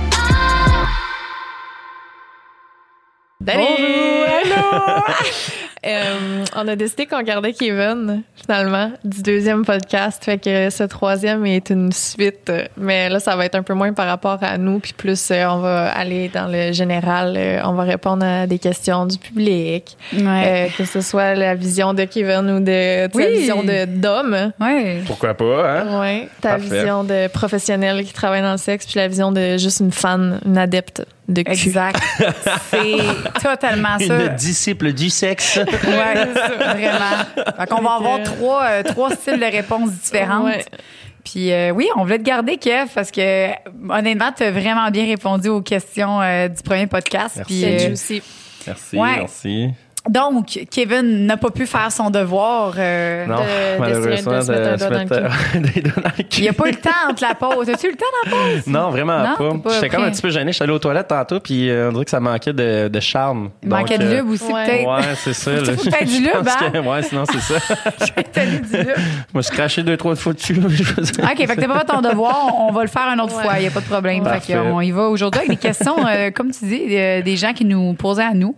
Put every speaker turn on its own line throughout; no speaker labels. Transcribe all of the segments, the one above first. Euh, on a décidé qu'on gardait Kevin, finalement, du deuxième podcast. Fait que ce troisième est une suite. Mais là, ça va être un peu moins par rapport à nous. Puis plus, euh, on va aller dans le général. Euh, on va répondre à des questions du public.
Ouais.
Euh, que ce soit la vision de Kevin ou de ta
Oui.
vision de d'homme.
Ouais.
Pourquoi pas, hein?
Ouais, ta
Parfait.
vision de professionnel qui travaille dans le sexe, puis la vision de juste une fan, une adepte de cul.
Exact. C'est totalement Ah, ça.
Une disciple du sexe.
Ouais, c'est ça, vraiment. Fait qu'on va avoir trois, euh, trois styles de réponses différentes.
Ouais.
Puis euh, oui, on voulait te garder, Kev, parce que honnêtement, tu as vraiment bien répondu aux questions euh, du premier podcast.
Merci.
Puis, euh,
C'est juicy.
Merci,
Ouais.
merci.
donc, Kevin n'a pas pu faire son devoir. euh,
Non,
d'essayer de
malheureusement,
se mettre un doigt dans le
euh, des doigts dans le cul.
Il n'y a pas eu le temps entre la pause. As-tu eu le temps dans la pause?
Non, vraiment
Non,
pas.
t'es pas
J'étais comme
prêt.
un petit peu gêné. J'étais allé aux toilettes tantôt, puis euh, on dirait que ça manquait de, de charme.
Il manquait
Donc,
de
euh,
lube aussi,
ouais.
peut-être.
Ouais, c'est ça. là.
Faut faire du
Je
lube,
pense
hein?
que- Ouais, sinon, c'est ça.
T'as eu du lube.
Je me suis craché deux, trois fois dessus. là. Je faisais-
OK, fait que t'as pas fait ton devoir. On on va le faire une autre
Ouais.
fois. Il n'y a pas de problème. Fait
Parfait.
que, euh, on y va aujourd'hui avec des questions, euh, comme tu dis, euh, des gens qui nous posaient à nous.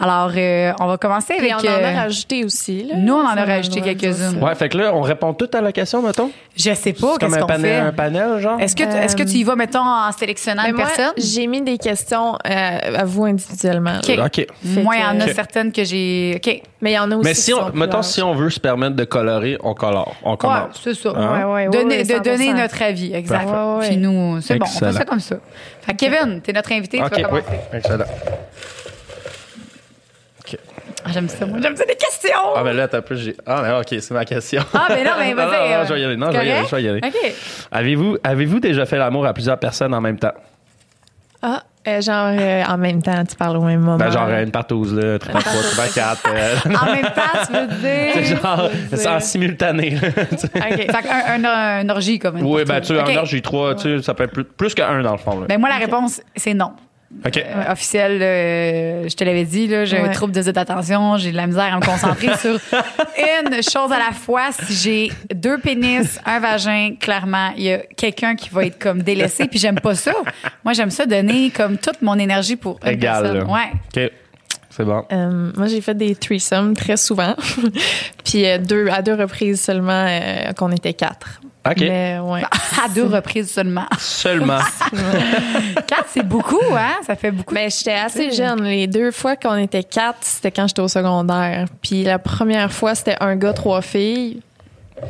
Alors, euh, on va commencer avec...
Et on en a
euh,
rajouté aussi. Là.
nous, on en
Ça,
a rajouté
doit dire
quelques-unes.
ça.
Ouais, fait que là, on répond tout à la question, mettons.
je sais pas,
C'est comme
Oh, qu'est-ce
un
qu'on
panel,
fait?
un panel, genre.
Est-ce que, tu- est-ce que tu y vas, mettons, en sélectionnant
Mais
une
moi,
personne?
J'ai mis des questions euh, à vous individuellement.
OK.
là.
OK.
Fait
Moi, il y en a
que-
certaines que j'ai... OK.
Mais il y en a aussi.
Mais
qui
si on,
sont
mettons,
plus
si on veut se permettre de colorer, on colore. On
Ouais,
commence.
c'est ça.
Hein?
Ouais, ouais, ouais,
Donner-
ouais,
de
100%.
donner notre avis, exact.
Parfait. Ouais, ouais.
Puis nous, c'est bon, on fait
Excellent.
ça comme ça. Fait que Kevin, t'es notre invité,
OK,
tu vas
oui.
commencer.
Excellent.
Ah, J'aime ça, moi. J'aime ça, des questions!
Ah, ben là, t'as plus. j'ai- Ah, ben OK, c'est ma question.
Ah,
ben
mais non, mais
Non,
vas-y.
non, non,
euh,
je vais y aller. Non,
c'est
je vais y aller,
correct?
je vais y aller.
OK.
Avez-vous avez déjà fait l'amour à plusieurs personnes en même temps?
Ah, euh, genre, euh, en même temps, tu parles au même moment.
Ben, genre une partouze, là, 33, 34. euh,
En même temps, tu veux
c'est
dire.
genre,
c'est-
c'est en simultané. là. euh,
OK.
Fait qu'un un, un orgie, comme une
oui, ben,
partout.
tu en
OK.
heure, j'ai trois, tu sais, ça peut être plus, plus qu'un dans le fond, là.
Ben, moi, la réponse, c'est non.
OK.
Euh, officiel, euh, je te l'avais dit, là, j'ai un
Ouais.
trouble de attention, j'ai de la misère à me concentrer sur une chose à la fois. Si j'ai deux pénis, un vagin, clairement, il y a quelqu'un qui va être comme délaissé, puis j'aime pas ça. Moi, j'aime ça donner comme toute mon énergie pour une
Égal, là.
personne. Ouais.
OK. C'est bon.
Euh, moi, j'ai fait des threesomes très souvent. Puis euh, deux, à deux reprises seulement euh, qu'on était quatre.
OK.
Mais ouais.
À deux reprises seulement.
Seulement.
Quatre, c'est beaucoup, hein? Ça fait beaucoup.
Mais Ben, j'étais assez jeune. Les deux fois qu'on était quatre, c'était quand j'étais au secondaire. Puis la première fois, c'était un gars, trois filles.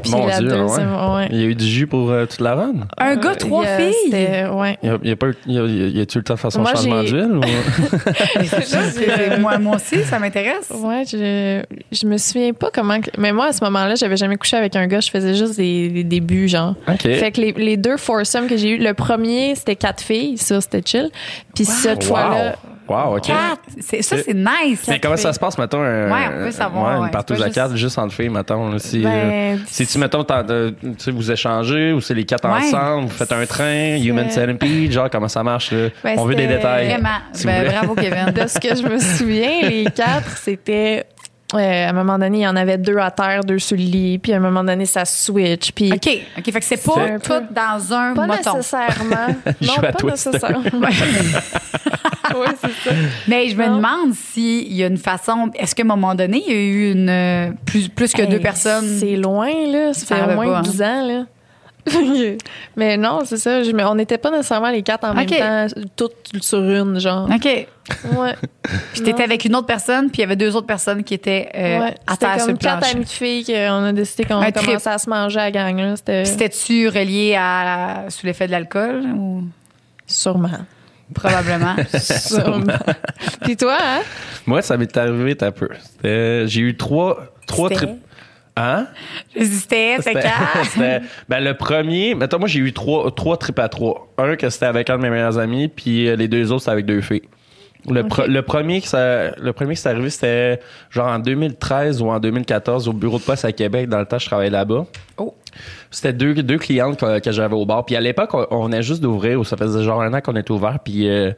Puis
Mon
la
Dieu,
deuxième, ouais.
Il y a eu du jus pour euh, toute la run.
Un gars, trois
Il y a-
filles?
c'était- Ouais.
Il y a, il y a pas eu- il y a- il y a-tu eu le temps de faire son
Moi,
changement
j'ai-
d'huile? ou-
C'est- moi, moi aussi, ça m'intéresse.
Ouais, je, je me souviens pas comment. que- Mais moi, à ce moment-là, j'avais jamais couché avec un gars. Je faisais juste des, des débuts, genre.
OK.
Fait que les, les deux foursomes que j'ai eu, le premier, c'était quatre filles. Ça, c'était chill. Puis cette fois-là. Ah,
Wow. Wow, OK.
Quatre. C'est, ça, c'est nice.
Euh, Mais comment ça se passe, mettons, un,
Ouais, on peut savoir,
ouais,
ouais,
une partouze
c'est pas
à
juste-
quatre juste entre filles, mettons. là, Si,
Ben,
euh, si tu, mettons, t'en- euh, tu sais, vous échangez ou c'est les quatre
Ouais.
ensemble, vous faites un train, Human
C'est-
Centipede, genre comment ça marche, là?
Ben,
on veut des
c'était
détails.
Vraiment.
Si vous
Ben,
voulez.
bravo, Kevin.
De ce que je me souviens, les quatre, c'était. euh, à un moment donné, il y en avait deux à terre, deux sur le lit. Puis à un moment donné, ça switch. Puis.
OK. OK. Fait que c'est pas
C'est-
tout dans un
Pas
moton.
nécessairement. non,
Joue à
pas
Twister.
nécessairement. ouais, c'est ça.
Mais je me
Non.
demande s'il y a une façon. Est-ce qu'à un moment donné, il y a eu une, euh, plus, plus que
Hey,
deux personnes?
C'est loin, là.
Ça
Ça fait
va
au moins
pas, hein.
10 ans, là. mais non, c'est ça. Je- mais on n'était pas nécessairement les quatre en
Ok.
même temps, toutes sur une, genre.
OK.
Ouais.
Puis t'étais avec une autre personne, puis il y avait deux autres personnes qui étaient euh,
ouais.
à
C'était
terre sur
comme
le
quatre
plancher.
amis de filles qu'on a décidé qu'on
Un trip.
commençait à se manger à la gang, là. C'était
Puis C'était-tu relié à, sous l'effet de l'alcool ou
sûrement.
probablement?
Sûrement. Puis toi, hein?
Moi, ça m'est arrivé un peu. C'était- J'ai eu trois, trois
C'était-
trips. Hein?
J'hésitais, c'est
C'était-
quatre.
c'était- ben, le premier, mettons, moi, j'ai eu trois, trois trips à trois. Un que c'était avec un de mes meilleurs amis, puis euh, les deux autres, c'était avec deux filles. Le, pre- le premier que ça, le premier que c'est arrivé, c'était genre en 2013 ou en 2014 au bureau de poste à Québec. Dans le temps, je travaillais là-bas.
Oh.
C'était deux, deux clientes que, que j'avais au bar. Puis à l'époque, on, on venait juste d'ouvrir, ou ça faisait genre un an qu'on était ouvert, puis euh,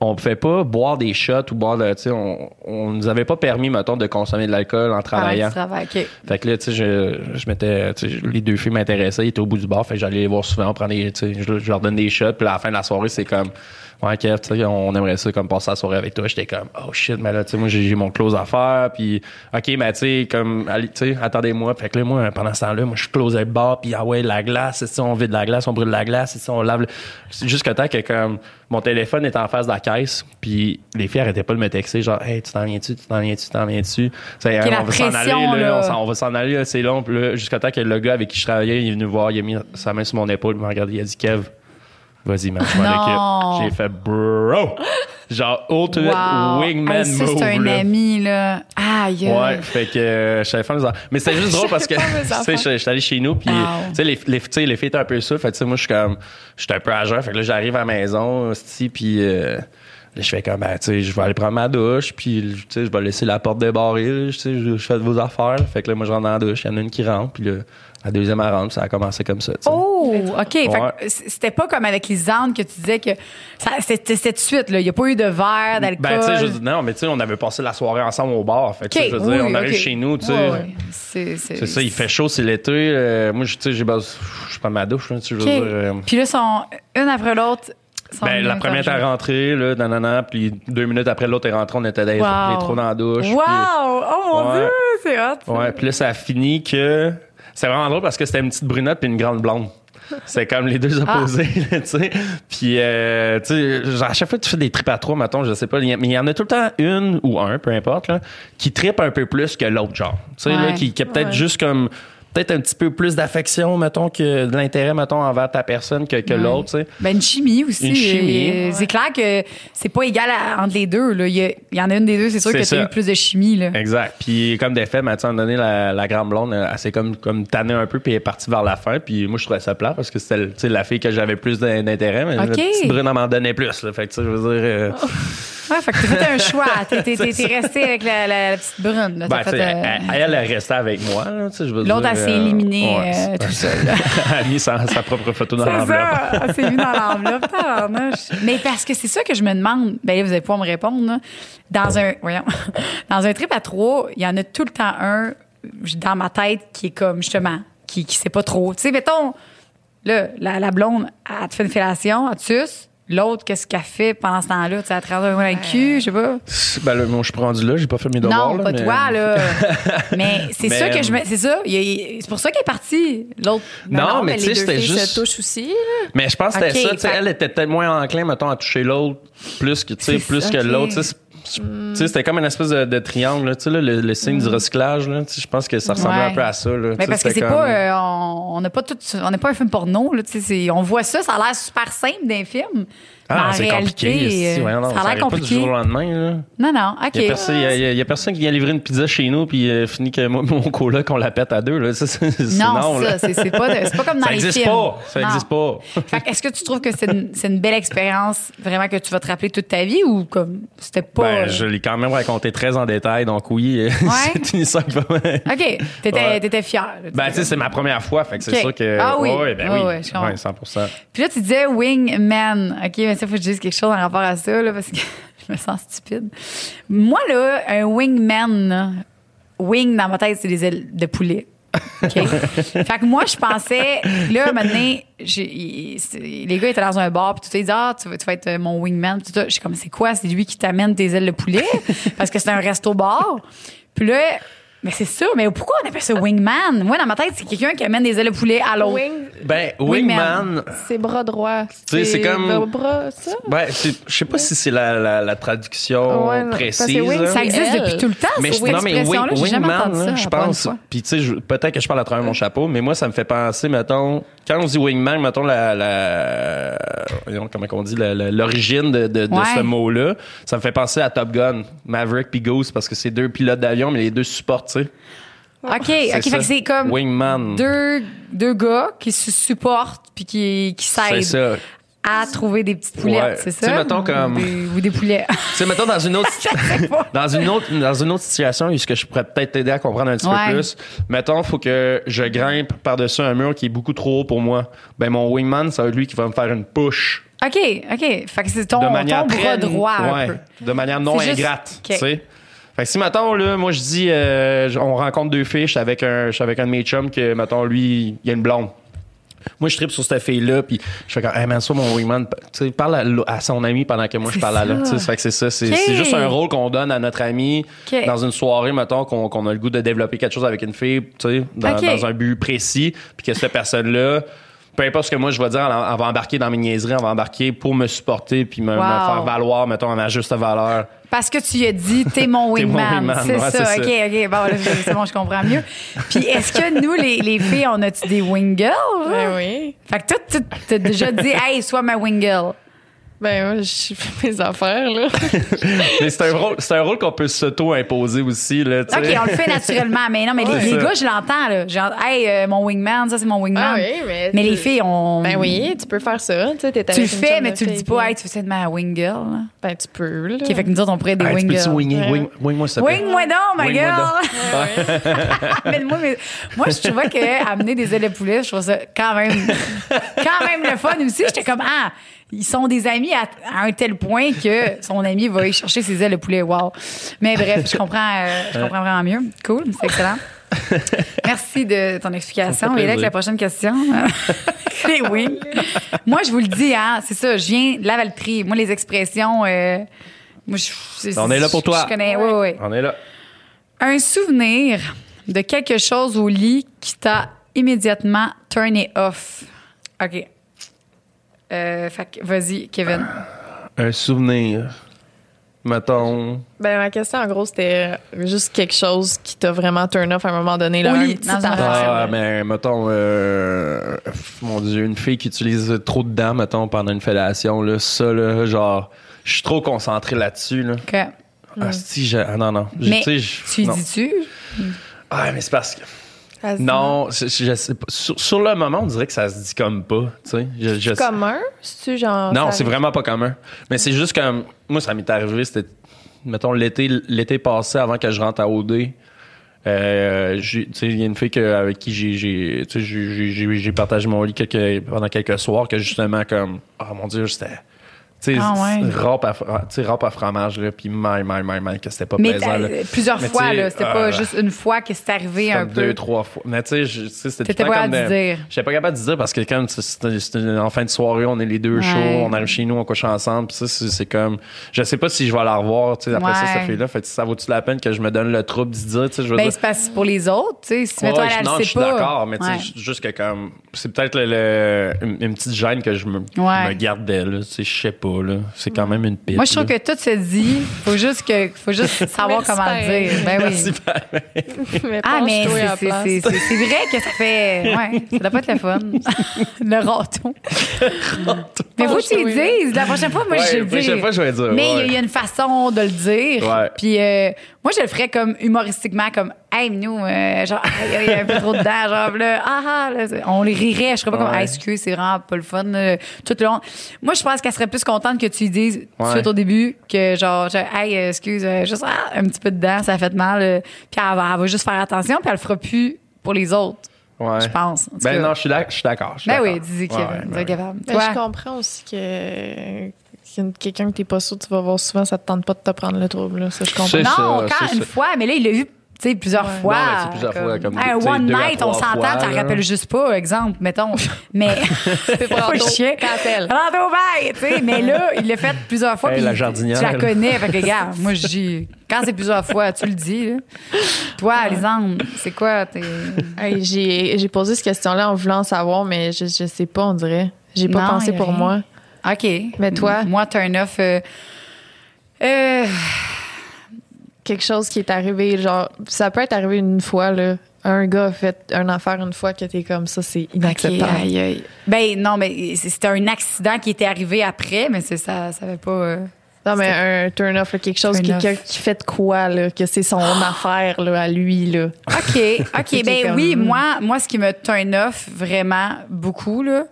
on pouvait pas boire des shots ou boire de, tu sais, on, on nous avait pas permis, mettons, de consommer de l'alcool en
Travail, Ah,
travaillant.
travail. OK.
Fait que là, tu sais, je, je m'étais, tu sais, les deux filles m'intéressaient, ils étaient au bout du bar, fait que j'allais les voir souvent, on prend des, tu sais, je, je leur donne des shots, puis à la fin de la soirée, c'est comme, Ouais, Kev, tu sais, on aimerait ça comme passer la soirée avec toi. J'étais comme, oh shit, mais là, tu sais, moi, j'ai j'ai mon close à faire. Puis, OK, mais tu sais, comme, allez, tu sais, attendez-moi. Fait que là, moi, pendant ce temps-là, moi, je close le bar. Puis, ah ouais, la glace, si on vide la glace, on brûle la glace, si on lave. le- C'est Jusqu'au temps que, comme, mon téléphone est en face de la caisse. Puis, les filles arrêtaient pas de me texter, genre, hey, tu t'en viens-tu, tu t'en viens-tu, tu t'en viens-tu. Tu sais,
Ok,
hein,
la
on va s'en aller,
pression,
là,
là.
On, s'en- on va s'en aller, là, c'est long. Puis là, jusqu'au temps que le gars avec qui je travaillais, il est venu me voir, il a mis sa main sur mon épaule, il m'a regardé, il a dit, Kev, vas-y, man, je m'en
Non.
occupe. J'ai fait bro. Genre ultimate
Wow.
wingman
Hey, ça,
move.
c'est un
là.
ami, là. Aïe.
Ouais, fait que euh, je savais faire mes affaires. Mais c'était juste drôle parce que
Je
tu
savais faire mes
sais,
affaires.
j'étais j'étais allé chez nous puis
Wow.
tu sais les les tu sais, les filles étaient un peu ça, fait que, tu sais moi je suis comme j'étais un peu à jeun, fait que là j'arrive à la maison hostie, puis euh, là, je fais comme ben, tu sais je vais aller prendre ma douche puis tu sais je vais laisser la porte débarrée, là, tu sais je je fais de vos affaires, fait que là moi je rentre dans la douche, il y en a une qui rentre puis là, la deuxième elle rentre, puis ça a commencé comme ça, tu sais.
Oh, OK. Fait que
Ouais.
c- C'était pas comme avec Lisande que tu disais que ça- c'était c'était de suite, là. Il n'y a pas eu de verre, d'alcool.
Ben, tu sais, je dis, non, mais tu sais, on avait passé la soirée ensemble au bar. Fait que, tu sais, je veux dire, on arrive chez nous, tu sais.
C'est
C'est ça, il fait chaud, c'est l'été. euh, moi, je- tu sais, j'ai besoin- je prends ma douche, hein, tu sais, je veux
OK.
dire. euh,
Puis là, sont une après l'autre. sont
ben, la
venues
première
faire
était rentrée, là, nanana, puis deux minutes après l'autre est rentrée, on était dans les-
Wow.
les trois dans la douche.
jouer. Wow! Oh mon
Ouais.
Dieu, c'est hot. ça.
puis- ouais, puis là, ça a fini que. C'est vraiment drôle parce que c'était une petite brunette puis une grande blonde. C'est comme les deux
Ah.
opposés, là, tu sais. Puis, euh, tu sais, genre, à chaque fois que tu fais des tripes à trois, mettons, je sais pas, il y a- mais il y en a tout le temps une ou un, peu importe, là, qui tripe un peu plus que l'autre, genre. Tu sais, là,
Ouais.
qui, qui a peut-être
Ouais.
juste comme. Peut-être un petit peu plus d'affection, mettons, que de l'intérêt, mettons, envers ta personne que, que
Ouais.
l'autre, tu sais.
Ben, une chimie aussi.
Une chimie.
Euh, C'est clair que c'est pas égal à- entre les deux. là. Il y, a- il y en a une des deux, c'est sûr
C'est
que t'as
ça.
eu plus de chimie. Là.
Exact. Puis comme des faits, Mathieu, à un moment donné, la, la grande blonde, elle, elle s'est comme, comme tannée un peu, puis elle est partie vers la fin. Puis moi, je trouvais ça plat parce que c'était tu sais, la fille que j'avais plus d'in- d'intérêt, mais
Ok.
la petite brune, elle m'en donnait plus. Là. Fait que, tu sais, je veux dire... euh,
Ouais, fait que t'as fait un choix. T'es, t'es- t'es-
C'est
t'es resté avec la, la- la petite brune. là. T'as
ben, tu
fait,
sais,
euh,
elle, elle, elle est restée avec moi. là, tu sais, je veux
L'autre,
dire,
elle s'est
euh,
éliminée
ouais,
euh,
c'est-
tout seule.
elle a mis sa, sa propre photo dans
C'est
l'enveloppe.
ça, elle s'est mise dans l'enveloppe, tabarnouche. Mais parce que c'est ça que je me demande. Ben là, vous allez pouvoir me répondre. là. Dans un, voyons, dans un trip à trois, il y en a tout le temps un dans ma tête qui est comme justement, qui, qui sait pas trop. Tu sais, mettons, là, la, la blonde, elle te fait une fellation, elle te suce. L'autre, qu'est-ce qu'elle fait pendant ce temps-là? Tu sais, elle te rentre un coin dans le
Euh,
cul, je sais pas.
Ben là, moi, je suis rendu là, j'ai pas fait mes devoirs.
Non,
là,
pas
mais-
toi, là. mais c'est
Mais,
ça que je me.
euh,
C'est ça. il y a- C'est pour ça qu'elle est partie. L'autre.
Non, mais tu sais,
les deux
c'était
filles
juste-
se touchent aussi. là.
Mais je pense que c'était
Ok,
ça. tu sais,
fait-
Elle était peut-être moins enclin, mettons, à toucher l'autre plus que, tu sais,
C'est
plus
ça,
que
ok. Hmm.
l'autre. tu sais, c'est- tu sais, C'était comme une espèce de, de triangle, là, tu sais, là, le, le signe du recyclage. là, tu sais, Je pense que ça ressemblait
Ouais.
un peu à ça. là, tu
Mais
sais,
parce que c'est
c'était comme-
pas. euh, on on n'a pas tout. On n'est pas un film porno, là. tu sais, c'est- On voit ça, ça a l'air super simple d'un film.
Ah,
mais en
c'est
réalité,
compliqué.
euh,
esti, voyons
ça
donc,
a l'air
arrive pas du
compliqué.
jour au lendemain. là.
Non, non, OK.
Il n'y a, personne- il y a- il y a personne qui vient livrer une pizza chez nous puis euh, finit que moi, mon coloc, on la pète à deux. Là. Ça, c'est- c'est
non,
là.
ça, c'est c'est pas, de- c'est pas comme dans
Ça
les films.
existe pas. Ça
Non.
existe pas.
Fait que Est-ce que tu trouves que c'est une, c'est une belle expérience vraiment que tu vas te rappeler toute ta vie ou comme c'était pas.
Ben, je l'ai quand même raconté très en détail, donc oui, euh, c'est une histoire qui va-
OK. T'étais
Ouais.
t'étais fière. là,
Ben, tu sais,
t'étais
c'est ma première fois, fait que c'est
Ok.
sûr que.
Ah oui.
Ouais, ouais, ben
Ouais,
oui.
ouais, je comprends.
Ouais, 100%.
Puis là, tu disais wingman. OK, mais ça, faut que je dise quelque chose en rapport à ça, là, parce que je me sens stupide. Moi, là, un wingman, là, wing dans ma tête, c'est des ailes de poulet. OK? fait que moi, je pensais, là, maintenant, les gars étaient dans un bar, puis tout ça, ils disaient, ah, tu vas, tu vas être mon wingman, puis tout ça. Je suis comme, c'est quoi? C'est lui qui t'amène tes ailes de poulet? parce que c'est un resto-bar. Puis là, mais c'est ça, mais pourquoi on appelle ça wingman? Moi, dans ma tête, c'est quelqu'un qui amène des ailes de poulet à l'autre.
Wing,
Ben,
Wingman.
Wingman.
c'est bras droit.
sais, c'est comme-
Bras, ça?
Ben, c'est- je sais pas si c'est la, la, la traduction
Ouais, non, parce que
précise.
Wing,
là.
Ça existe
Elle.
depuis tout le temps,
mais
cette
je- non, mais
expression-là.
Wing-
J'ai jamais
Wingman,
entendu ça.
là, je
à part une
pense.
fois.
Puis, tu sais, je- peut-être que je parle à travers mon chapeau, mais moi, ça me fait penser, mettons, quand on dit Wingman, mettons, la. la voyons, comment on dit, la- la- l'origine de, de- de
Ouais.
ce mot-là, ça me fait penser à Top Gun, Maverick puis Goose, parce que c'est deux pilotes d'avion, mais les deux supportent, tu sais.
OK, OK, fait
ça.
que c'est comme
Wingman.
deux, deux gars qui se supportent puis qui, qui s'aident
C'est ça.
à trouver des petites poulettes,
Ouais.
c'est
Tu sais,
ça?
mettons comme-
Ou des, ou des poulets.
Tu sais, mettons, dans une autre, dans une autre, dans une autre situation, ce que je pourrais peut-être t'aider à comprendre un petit
Ouais.
peu plus. Mettons, faut que je grimpe par-dessus un mur qui est beaucoup trop haut pour moi. Ben, mon wingman, ça va être lui qui va me faire une push.
OK, OK. Fait que c'est ton,
de
ton
manière
bras
très-
droit un
ouais,
peu.
de manière non
C'est juste-
ingrate,
OK.
tu sais. Fait que si, mettons, là, moi, je dis, euh, je- on rencontre deux filles, je suis avec un, je suis avec un de mes chums que, mettons, lui, il y a une blonde. moi, je tripe sur cette fille-là, puis je fais comme, hey man, sois mon wingman. Tu sais, parle à, l'au- à son ami pendant que moi, je
C'est
parle à l'autre.
ça.
Tu sais, fait que c'est ça. C'est
Ok.
c'est juste un rôle qu'on donne à notre ami
Ok.
dans une soirée, mettons, qu'on qu'on a le goût de développer quelque chose avec une fille, tu sais, dans,
Ok.
dans un but précis, puis que cette personne-là. Peu importe ce que moi je vais dire, elle, elle va embarquer dans mes niaiseries, elle va embarquer pour me supporter puis me, me
Wow.
faire valoir, mettons, à ma juste valeur.
Parce que tu lui as dit, t'es mon
T'es mon
wingman.
wingman,
C'est
ouais,
ça.
c'est
OK,
ça.
OK. Bon, là, c'est c'est bon, je comprends mieux. Puis est-ce que nous, les, les filles, on a-tu des wing girls?
Ben oui.
Fait que toi, tu t'as déjà dit, hey, sois ma wing girl.
Ben, moi, je fais mes affaires, là.
Mais c'est un rôle, c'est un rôle qu'on peut s'auto-imposer aussi, là, tu
OK,
sais.
on le fait naturellement. Mais non, mais les-
Ouais.
les,
C'est ça.
gars, je l'entends, là. Genre, hey, euh, mon wingman, ça, c'est mon wingman.
Ah oui, mais-
Mais les filles, on.
Ben oui, tu peux faire ça. Tu sais, t'es
Tu le
avec une
fais,
chum
mais
de
tu le dis
filles,
pas,
puis-
hey, tu fais ça de ma wing girl. là.
Ben, tu peux, là.
OK, fait que nous autres, on pourrait des
Hey, tu
wing
peux-tu
girls.
winger?
Ouais.
Wing- Wing-moi, s'il te plaît.
Wing-moi donc, ma
Wing-moi
girl!
Ouais, ouais.
mais moi, mais- moi, je trouvais que amener des ailes de poulet, je trouve ça quand même, quand même le fun aussi. J'étais comme, ah, ils sont des amis à, à un tel point que son ami va y chercher ses ailes de poulet. Wow. Mais bref, je comprends, euh, je comprends vraiment mieux. Cool, c'est excellent. Merci de ton
Ça
explication.
me fait
Et là,
plaisir.
avec la prochaine question. les wings. Moi, je vous le dis, hein, c'est ça, je viens de la Valtrie. Moi, les expressions. euh, moi, je, c'est-
Ben, On est là pour toi.
Je connais, oui, oui.
On est là.
Un souvenir de quelque chose au lit qui t'a immédiatement turné off. OK. Euh, fait que, vas-y, Kevin.
Euh, Un souvenir. Mettons.
Ben, ma question, en gros, c'était euh, juste quelque chose qui t'a vraiment turn off à un moment donné. Là,
Au
un
lit,
petit
dans une
affaire.
Ah, mais mettons, euh, pff, mon Dieu, une fille qui utilise trop de dents, mettons, pendant une fellation, là, ça, là, genre, je suis trop concentré là-dessus, là.
Que-
Ah, si, je- ah, non, non. J'ai-
Mm. Mais
tu sais, je-
tu y
non.
dis-tu?
Ah, mais c'est parce que.
Vas-y.
Non, c'est- je, sais pas. Sur, sur le moment, on dirait que ça se dit comme pas, tu sais. Je, je-
C'est commun? C'est-tu genre.
Non,
ça
c'est
arrive?
vraiment pas commun. Mais c'est juste comme. Moi, ça m'est arrivé, c'était. Mettons, l'été, l'été passé, avant que je rentre à OD, euh, j'ai- tu sais, il y a une fille que- avec qui j'ai- j'ai tu sais, j'ai- j'ai- j'ai- j'ai partagé mon lit quelques- pendant quelques soirs, que justement, comme. Oh mon Dieu, c'était. Tu sais,
Ah ouais.
c'est râpe à, fra- tu sais, râpe à fromage, là, puis my, my, my, my, que c'était pas
Mais
plaisant.
t'as-
là.
plusieurs
Mais tu
fois,
sais,
là. C'était
euh,
pas juste une fois que c'est arrivé un
comme deux,
peu.
trois fois. Mais tu sais, je- tu sais, c'était
T'étais
tout le temps
pas
comme
capable
de-
de dire.
J'étais pas capable de dire parce que quand c'est- c'est- c'est en fin de soirée, on est les deux
Ouais.
chauds, on arrive chez nous, on couche ensemble, pis ça, c'est c'est comme. Je sais pas si je vais la revoir, tu sais, après ça,
Ouais.
cette fille-là. Fait que ça vaut-tu la peine que je me donne le trouble de se dire, tu sais, je veux
Ben,
dire.
c'est parce que pour les autres, tu sais. Si,
Ouais,
mettons,
ouais,
elle,
je- non,
elle
je
sait
suis
pas.
d'accord, mais tu sais,
Ouais.
ju- juste que comme. C'est peut-être le- le- une, une petite gêne que je me,
Ouais.
me gardais, là. Tu sais, je sais pas, là. C'est quand même une piste.
Moi, je trouve que tout se dit. Faut juste que, faut juste savoir
Merci,
comment le dire. Ben oui.
Mais
Ah, mais
penche-toi
c'est-
à la
c'est-
place.
c'est c'est- c'est vrai que ça fait. Ouais, ça doit pas être le fun. le râteau. mais faut que tu
Penche-toi, là.
le dises. La prochaine fois, moi,
Ouais,
je
la
le dis.
prochaine fois, je vais le dire,
Mais il y a-
ouais.
il y a une façon de le dire.
Ouais.
Puis euh, moi, je le ferais comme humoristiquement, comme Hey, nous, euh, genre, aïe, aïe, il y a un peu trop de dents, genre, là, ah, ah, là, c'est- on les rirait. Je serais pas comme,
Ouais.
ah, excuse, c'est vraiment pas le fun. euh, tout le long. Moi, je pense qu'elle serait plus contente que tu lui dises tout de
Ouais.
suite au début que, genre, genre, hey, euh, excuse, euh, juste ah, un petit peu de dents, ça a fait mal. euh, puis elle va, elle va juste faire attention, puis elle le fera plus pour les autres.
Ouais.
Je pense. en tout
Ben
cas.
non, je suis d'ac- je suis d'accord. je suis
Ben oui,
d'accord.
dis-y,
Ouais,
Kevin. tu es
ouais, ben oui.
capable.
Mais je
Toi,
comprends aussi que que quelqu'un que t'es pas sûr, tu vas voir souvent, ça te tente pas de te prendre le trouble. Là. Ça, je comprends.
C'est
non,
ça,
quand
c'est
une
ça.
fois, mais là, il l'a eu. Tu sais, plusieurs
Ouais.
fois.
Non, mais c'est plusieurs fois, comme,
un
tu sais,
one
deux à
night,
trois
on s'entend,
fois,
tu
là.
rappelles juste pas, exemple, mettons. Mais.
C'est pas
Faut le chier.
Cancel.
Rentre au bail, tu sais. Mais là, il l'a fait plusieurs fois.
Hey,
puis
la
tu-
jardinière.
Tu la connais. Fait que, regarde, moi, je dis, quand c'est plusieurs fois, tu le dis. là. Toi, Alexandre, c'est quoi tes.
Hey, j'ai j'ai posé cette question-là en voulant savoir, mais je, je sais pas, on dirait. J'ai pas
Non,
pensé
y a
pour
rien.
moi.
OK.
Mais toi?
Moi, turn off. euh, euh,
Quelque chose qui est arrivé, genre, ça peut être arrivé une fois, là. Un gars a fait un affaire une fois que t'es comme ça, c'est
OK,
inacceptable.
aïe, aïe. Ben non, mais c'est- c'était un accident qui était arrivé après, mais c'est ça, ça avait pas. euh,
Non, mais un turn-off, là, quelque chose,
Turn off.
quelqu'un qui fait de quoi, là, que c'est son affaire, là, à lui, là.
OK, OK.
T'es
ben
comme-
oui, moi, moi, ce qui me turn off vraiment beaucoup, là,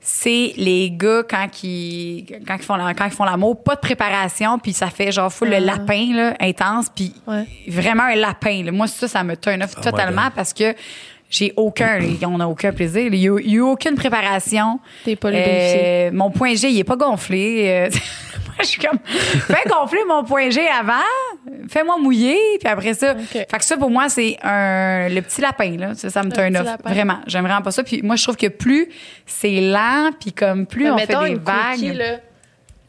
c'est les gars quand ils, quand ils font la- quand ils font l'amour, pas de préparation, puis ça fait genre full
Ah.
le lapin là, intense, puis
Ouais.
vraiment un lapin. là. Moi, ça, ça me turn off
Oh my
totalement
God.
parce que j'ai aucun, on n'a aucun plaisir. Il n'y a, eu- il y a eu aucune préparation.
T'es pas lubrifié.
Euh, mon point G, il est pas gonflé. Euh, je suis comme, fais gonfler mon point G avant, fais-moi mouiller, puis après ça. Fait que ça, pour moi, c'est un, le petit lapin, là. Ça, ça me
Le
turn
petit
off.
lapin.
Vraiment. J'aime vraiment pas ça. Puis moi, je trouve que plus c'est lent, puis comme plus
Mais
on fait
mettons
des
une
vagues.
cookie, là.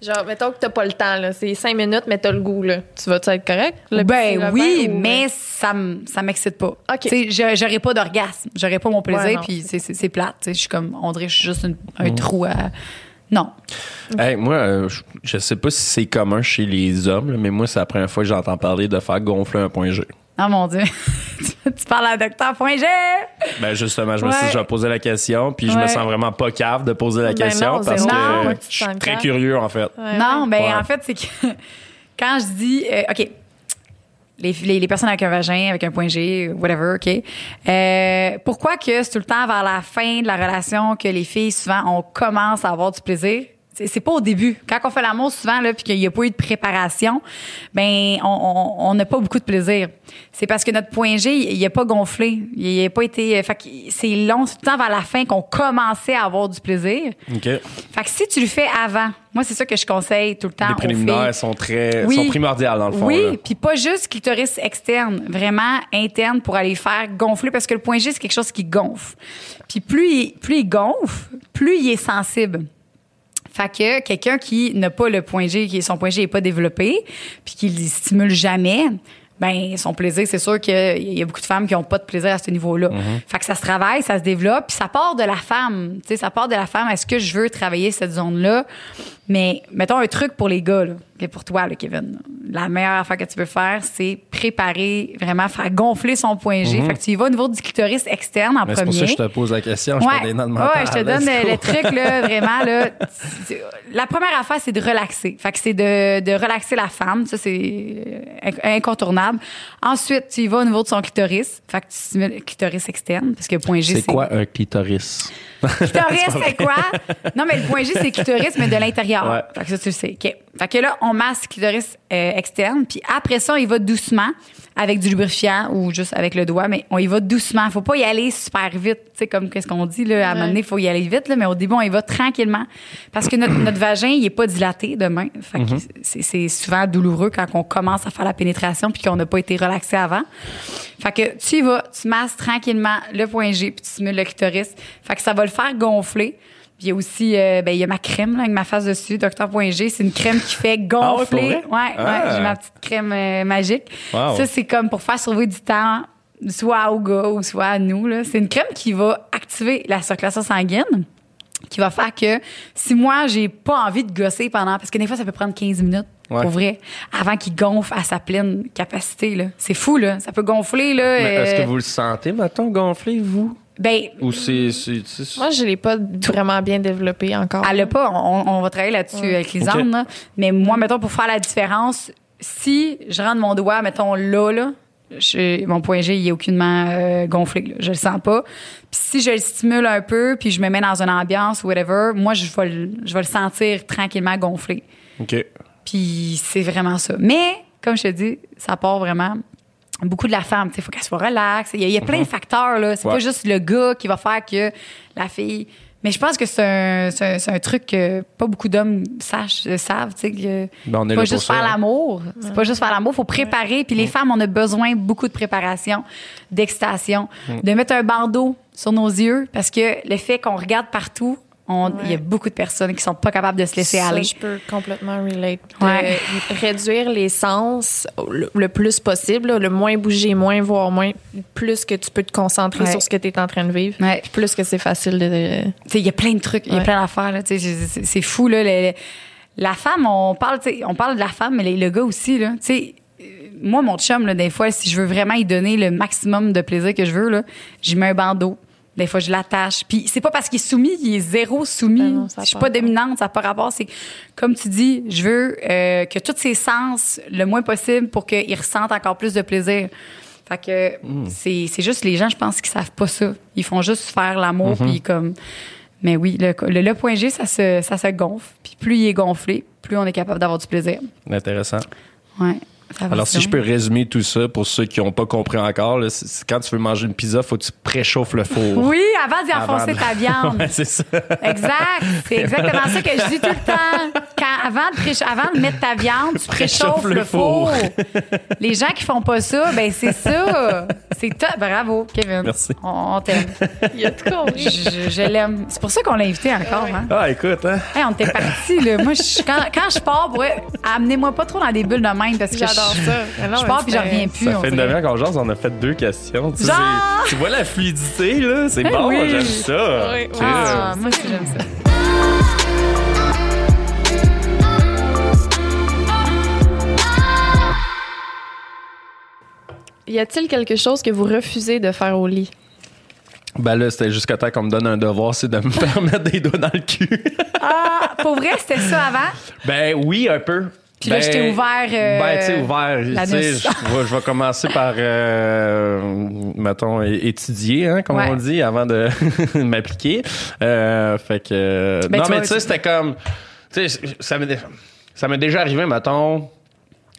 Genre, mettons que t'as pas le temps, là. C'est cinq minutes, mais t'as le goût, là. Tu vas-tu être correct? Le petit
ben
lapin
oui,
ou- euh,
mais ça me ça m'excite pas.
OK.
Tu sais, je- j'aurais pas d'orgasme, j'aurais pas mon plaisir
Ouais, non,
puis c'est c'est- c'est plate, tu sais, je suis comme on dirait que je suis juste une- un trou à Non.
Hey, moi, euh, je- je sais pas si c'est commun chez les hommes, là, mais moi, c'est la première fois que j'entends parler de faire gonfler un point G.
Ah mon dieu. tu, tu parles à docteur Point G.
Ben justement, je me suis
Ouais.
dit, je vais poser la question, puis je me
Ouais.
sens vraiment pas cave de poser la
Ben
question
non,
parce
zéro.
que
Non,
euh,
tu te
je suis
sens
très
cave.
curieux en fait.
Ouais,
non, ben
Ouais.
en fait c'est que quand je dis euh, OK. Les, les, les personnes avec un vagin, avec un point G, whatever, OK. Euh, pourquoi que c'est tout le temps vers la fin de la relation que les filles, souvent, on commence à avoir du plaisir? C'est c'est pas au début. Quand on fait l'amour, souvent, là, puis qu'il n'y a pas eu de préparation, ben on- on on n'a pas beaucoup de plaisir. C'est parce que notre point G, il n'a pas gonflé. Il n'a pas été... euh, Fait que c'est long, c'est tout le temps vers la fin qu'on commençait à avoir du plaisir.
OK.
Fait que si tu le fais avant, moi, c'est ça que je conseille tout le temps
Les
aux
préliminaires
filles.
sont très
Oui.
sont primordiales dans le fond. là.
Oui, puis pas juste clitoris externe, vraiment interne pour aller faire gonfler parce que le point G c'est quelque chose qui gonfle. Puis plus il, plus il gonfle, plus il est sensible. Fait que quelqu'un qui n'a pas le point G, qui son point G n'est pas développé, puis qui ne stimule jamais, ben son plaisir, c'est sûr qu'il y a beaucoup de femmes qui n'ont pas de plaisir à ce niveau-là.
Mhm.
Fait que ça se travaille, ça se développe, puis ça part de la femme. Tu sais, ça part de la femme. Est-ce que je veux travailler cette zone-là? Mais mettons un truc pour les gars, là, et pour toi, là, Kevin. La meilleure affaire que tu peux faire, c'est préparer, vraiment faire gonfler son point G. Fait que tu y vas au niveau du clitoris externe en
Mhm. Mais
premier.
c'est pour ça que je te pose la question. Je parle des notes
Ouais,
mentales,
je te
let's
donne euh,
go.
le truc, là, vraiment. Là, Tu- tu- la première affaire, c'est de relaxer. Fait que c'est de, de relaxer la femme. Ça, c'est euh, inc- incontournable. Ensuite, tu y vas au niveau de son clitoris. Fait que tu stimules le clitoris externe, parce que le point G,
C'est quoi un
Euh,
clitoris?
clitoris, c'est quoi? Non, mais le point G, c'est clitoris, mais de l'intérieur.
Ouais.
Fait que ça, tu le sais. OK. Fait que là, on masse clitoris euh, externe, puis après ça, on y va doucement avec du lubrifiant ou juste avec le doigt, mais on y va doucement. Faut pas y aller super vite. Tu sais, comme qu'est-ce qu'on dit, là, à un moment donné, faut y aller vite, là, mais au début, on y va tranquillement. Parce que notre, notre vagin, il est pas dilaté demain. Fait
Mhm.
que c'est- c'est souvent douloureux quand on commence à faire la pénétration puis qu'on n'a pas été relaxé avant. Fait que tu y vas, tu masses tranquillement le point G puis tu stimules le clitoris. Fait que ça va le faire gonfler. Puis il y a aussi, euh, ben, il y a ma crème là, avec ma face dessus, Docteur Point G. C'est une crème qui fait
Ah ouais, pour
gonfler.
vrai?
ouais, ouais,
Ah.
j'ai ma petite crème euh, magique.
Wow.
Ça, c'est comme pour faire sauver du temps, soit au gars ou soit à nous. là. C'est une crème qui va activer la circulation sanguine qui va faire que si moi, j'ai pas envie de gosser pendant. Parce que des fois, ça peut prendre 15 minutes.
Ouais.
Pour vrai, avant qu'il gonfle à sa pleine capacité. là. C'est fou, là. Ça peut gonfler. Là,
Mais
euh,
est-ce que vous le sentez, mettons, gonfler, vous?
ben,
Ou c'est. c'est- c'est-
Moi, je l'ai pas vraiment bien développé encore.
Elle l'a pas. On, on va travailler là-dessus avec les
Ok.
ânes, là. Mais moi, mettons, pour faire la différence, si je rentre mon doigt, mettons, là, là, je- mon point G, il est aucunement euh, gonflé. là. Je le sens pas. Puis si je le stimule un peu, puis je me mets dans une ambiance, whatever, moi, je vais, le- je vais le sentir tranquillement gonflé.
OK.
Puis c'est vraiment ça. Mais, comme je te dis, ça part vraiment beaucoup de la femme. Il faut qu'elle soit relaxe. Il y a, il y a plein de facteurs. là. C'est
Mhm. Ouais.
pas juste le gars qui va faire que la fille. Mais je pense que c'est un, c'est un- c'est un truc que pas beaucoup d'hommes sachent, euh, savent. tu sais, que
Ben, on est là
pas
pour
juste
ça,
faire
hein.
l'amour. C'est pas juste faire l'amour. faut préparer. Puis les femmes, on a besoin beaucoup de préparation, d'excitation,
Mm.
de mettre un bandeau sur nos yeux parce que le fait qu'on regarde partout, on- il y a
Ouais.
beaucoup de personnes qui sont pas capables de se laisser
Ça,
aller.
Je peux complètement relate. De
Ouais.
Réduire les sens le, le plus possible, là, le moins bouger, moins voir moins, plus que tu peux te concentrer
Ouais.
sur ce que tu es en train de vivre,
Ouais.
puis plus que c'est facile de.
Tu sais, il y a plein de trucs, il y a
Ouais.
plein d'affaires. là, tu sais, C'est c'est- c'est fou. Là, le- le- la femme, on parle, tu sais, on parle de la femme, mais les- le gars aussi. Là, tu sais, euh, moi, mon chum, là, des fois, si je veux vraiment lui donner le maximum de plaisir que je veux, là, j'y mets un bandeau. Des fois, je l'attache. Puis c'est pas parce qu'il est soumis, il est zéro soumis.
Ben non, ça a
je suis
pas
pas
rapport.
dominante, ça n'a pas rapport. C'est comme tu dis, je veux euh, que tous ses sens le moins possible pour qu'il ressente encore plus de plaisir. Fait que
Hmm.
c'est c'est juste les gens, je pense, qui savent pas ça. Ils font juste faire l'amour,
Mhm.
puis comme. Mais oui, le, le, le point G, ça se, ça se gonfle. Puis plus il est gonflé, plus on est capable d'avoir du plaisir.
hein. Intéressant.
Ouais. Ça va
Alors, si
sinon?
je peux résumer tout ça pour ceux qui n'ont pas compris encore, là, c'est- c'est quand tu veux manger une pizza, faut que tu préchauffes le four.
Oui, avant d'y enfoncer
Avant de-
ta viande.
Ouais, c'est ça.
Exact. C'est exactement ça que je dis tout le temps. Quand, avant, de pré- avant de mettre ta viande, tu préchauffes le, four. Les gens qui font pas ça, ben c'est ça. C'est top. Bravo, Kevin.
Merci.
On, on t'aime.
Il y a tout
Je,
compris.
je- je l'aime. C'est pour ça qu'on l'a invité encore. Hein?
Ah, écoute, hein.
Hey, on était partis, là. Moi, je- quand, quand je pars, pour vrai, amenez-moi pas trop dans des bulles de même parce que
J'adore
je,
ça. Mais non,
je pars
mais
puis je
c'était-
reviens plus.
Ça
on
fait une
dirait.
demi-heure qu'on jase, on a fait deux questions. Tu, sais,
Genre! Eh
tu vois la fluidité, là? C'est bon,
oui.
Oh, j'aime ça.
Oui, oui.
Tu sais,
Ah, moi aussi, j'aime ça.
Y a-t-il quelque chose que vous refusez de faire au lit?
Ben là, c'était jusqu'à temps qu'on me donne un devoir, c'est de me faire mettre des doigts dans le cul.
Ah, pour vrai, c'était ça avant.
ben oui, un peu.
Puis là,
Ben,
je t'ai ouvert, euh,
ben, tu sais, ouvert.
la
tu sais,
noce.
Je vais- je vais commencer par, euh, mettons, é- étudier, hein, comme
Ouais.
on dit, avant de m'appliquer. Euh, fait que. euh,
Ben,
non,
tu
mais
vois,
tu sais,
tu-
c'était comme. Tu sais, ça m'est dé- ça m'est déjà arrivé, mettons.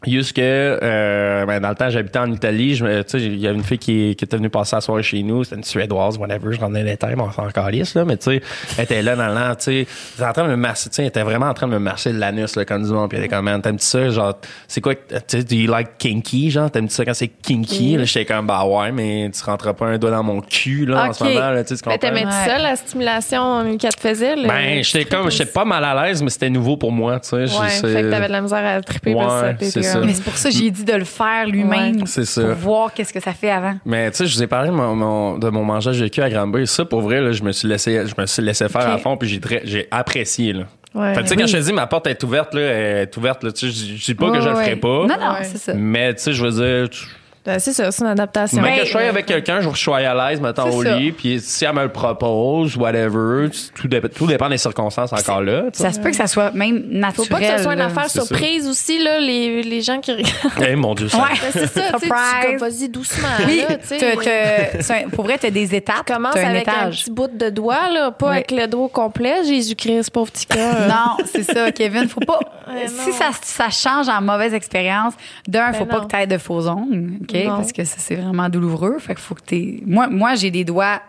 Jusque, euh, ben, dans le temps, j'habitais en Italie. Je, me- tu sais, il y avait une fille qui, qui était venue passer la soirée chez nous. C'était une Suédoise, whatever. Je rendais les termes, on s'en calisse, là. Mais tu sais, elle était là dans l'an, tu sais. elle était en train de me masser, tu sais, elle était vraiment en train de me marcher de l'anus, là, comme du monde. Puis elle était comme, man, t'aimes-tu ça? Genre, c'est quoi, que- tu sais, do you like kinky? Genre, t'aimes-tu ça quand c'est
Mm.
kinky? Là, j'étais comme, bah ouais, mais tu rentres pas un doigt dans mon cul, là,
Ok.
en
Ben,
ce moment, là, tu sais, tu
Mais
comprends?
t'aimais-tu
Ouais.
ça, la stimulation qu'elle te faisait? le-
Ben, j'étais comme, j'étais pas mal à l'aise, mais c'était nouveau pour moi, tu sais.
Euh, Ouais,
Je-
fait que t'avais de la misère à triper parce
Ouais,
que ça
c'est
t'était
ça.
Mais c'est pour ça que j'ai dit de le faire lui-même.
Ouais.
C'est ça.
Pour voir qu'est-ce que ça fait avant.
Mais tu sais, je vous ai parlé de mon, mon- de mon mangeage de cul à Granby. Ça, pour vrai, là, je me suis laissé, je me suis laissé faire
Ok.
à fond, puis j'ai très- j'ai apprécié. Là.
Ouais.
Fait que, tu sais, quand je te dis ma porte est ouverte, là, elle est ouverte, là, tu sais, je je dis pas que je le ferai pas.
Non, non,
Ouais.
c'est ça.
Mais tu sais, je veux dire, tu-
Ben, c'est ça, c'est une adaptation.
même
Ben,
que je sois avec quelqu'un, je veux que je sois à l'aise, mettons,
C'est
au
ça.
lit, puis si elle me le propose, whatever, tu- tout, dé- tout dépend des circonstances encore là. tu sais.
Ça se peut que ça soit même
Faut
naturel.
pas que ce soit une
là.
affaire
C'est ça.
surprise aussi, là, les, les gens qui regardent.
Eh mon Dieu, ça.
Ouais.
Ben, c'est ça, tu sais, tu
Surprise.
comme, vas-y doucement.
Oui,
là, tu sais.
t'as- t'as- c'est un- pour vrai, t'as des étapes.
Tu commences
t'as un
avec un
étage.
petit bout de doigt, là, pas
Oui.
avec le dos complet. Jésus-Christ, pauvre petit cœur.
Non, c'est ça, Kevin. Faut pas.
Ouais,
si
non.
ça, ça change en mauvaise expérience, d'un, faut
Ben
pas
non.
que t'aies de faux ongles, ok,
Non.
parce que ça c'est vraiment douloureux. Fait que faut que t'aies. Moi, moi, j'ai des doigts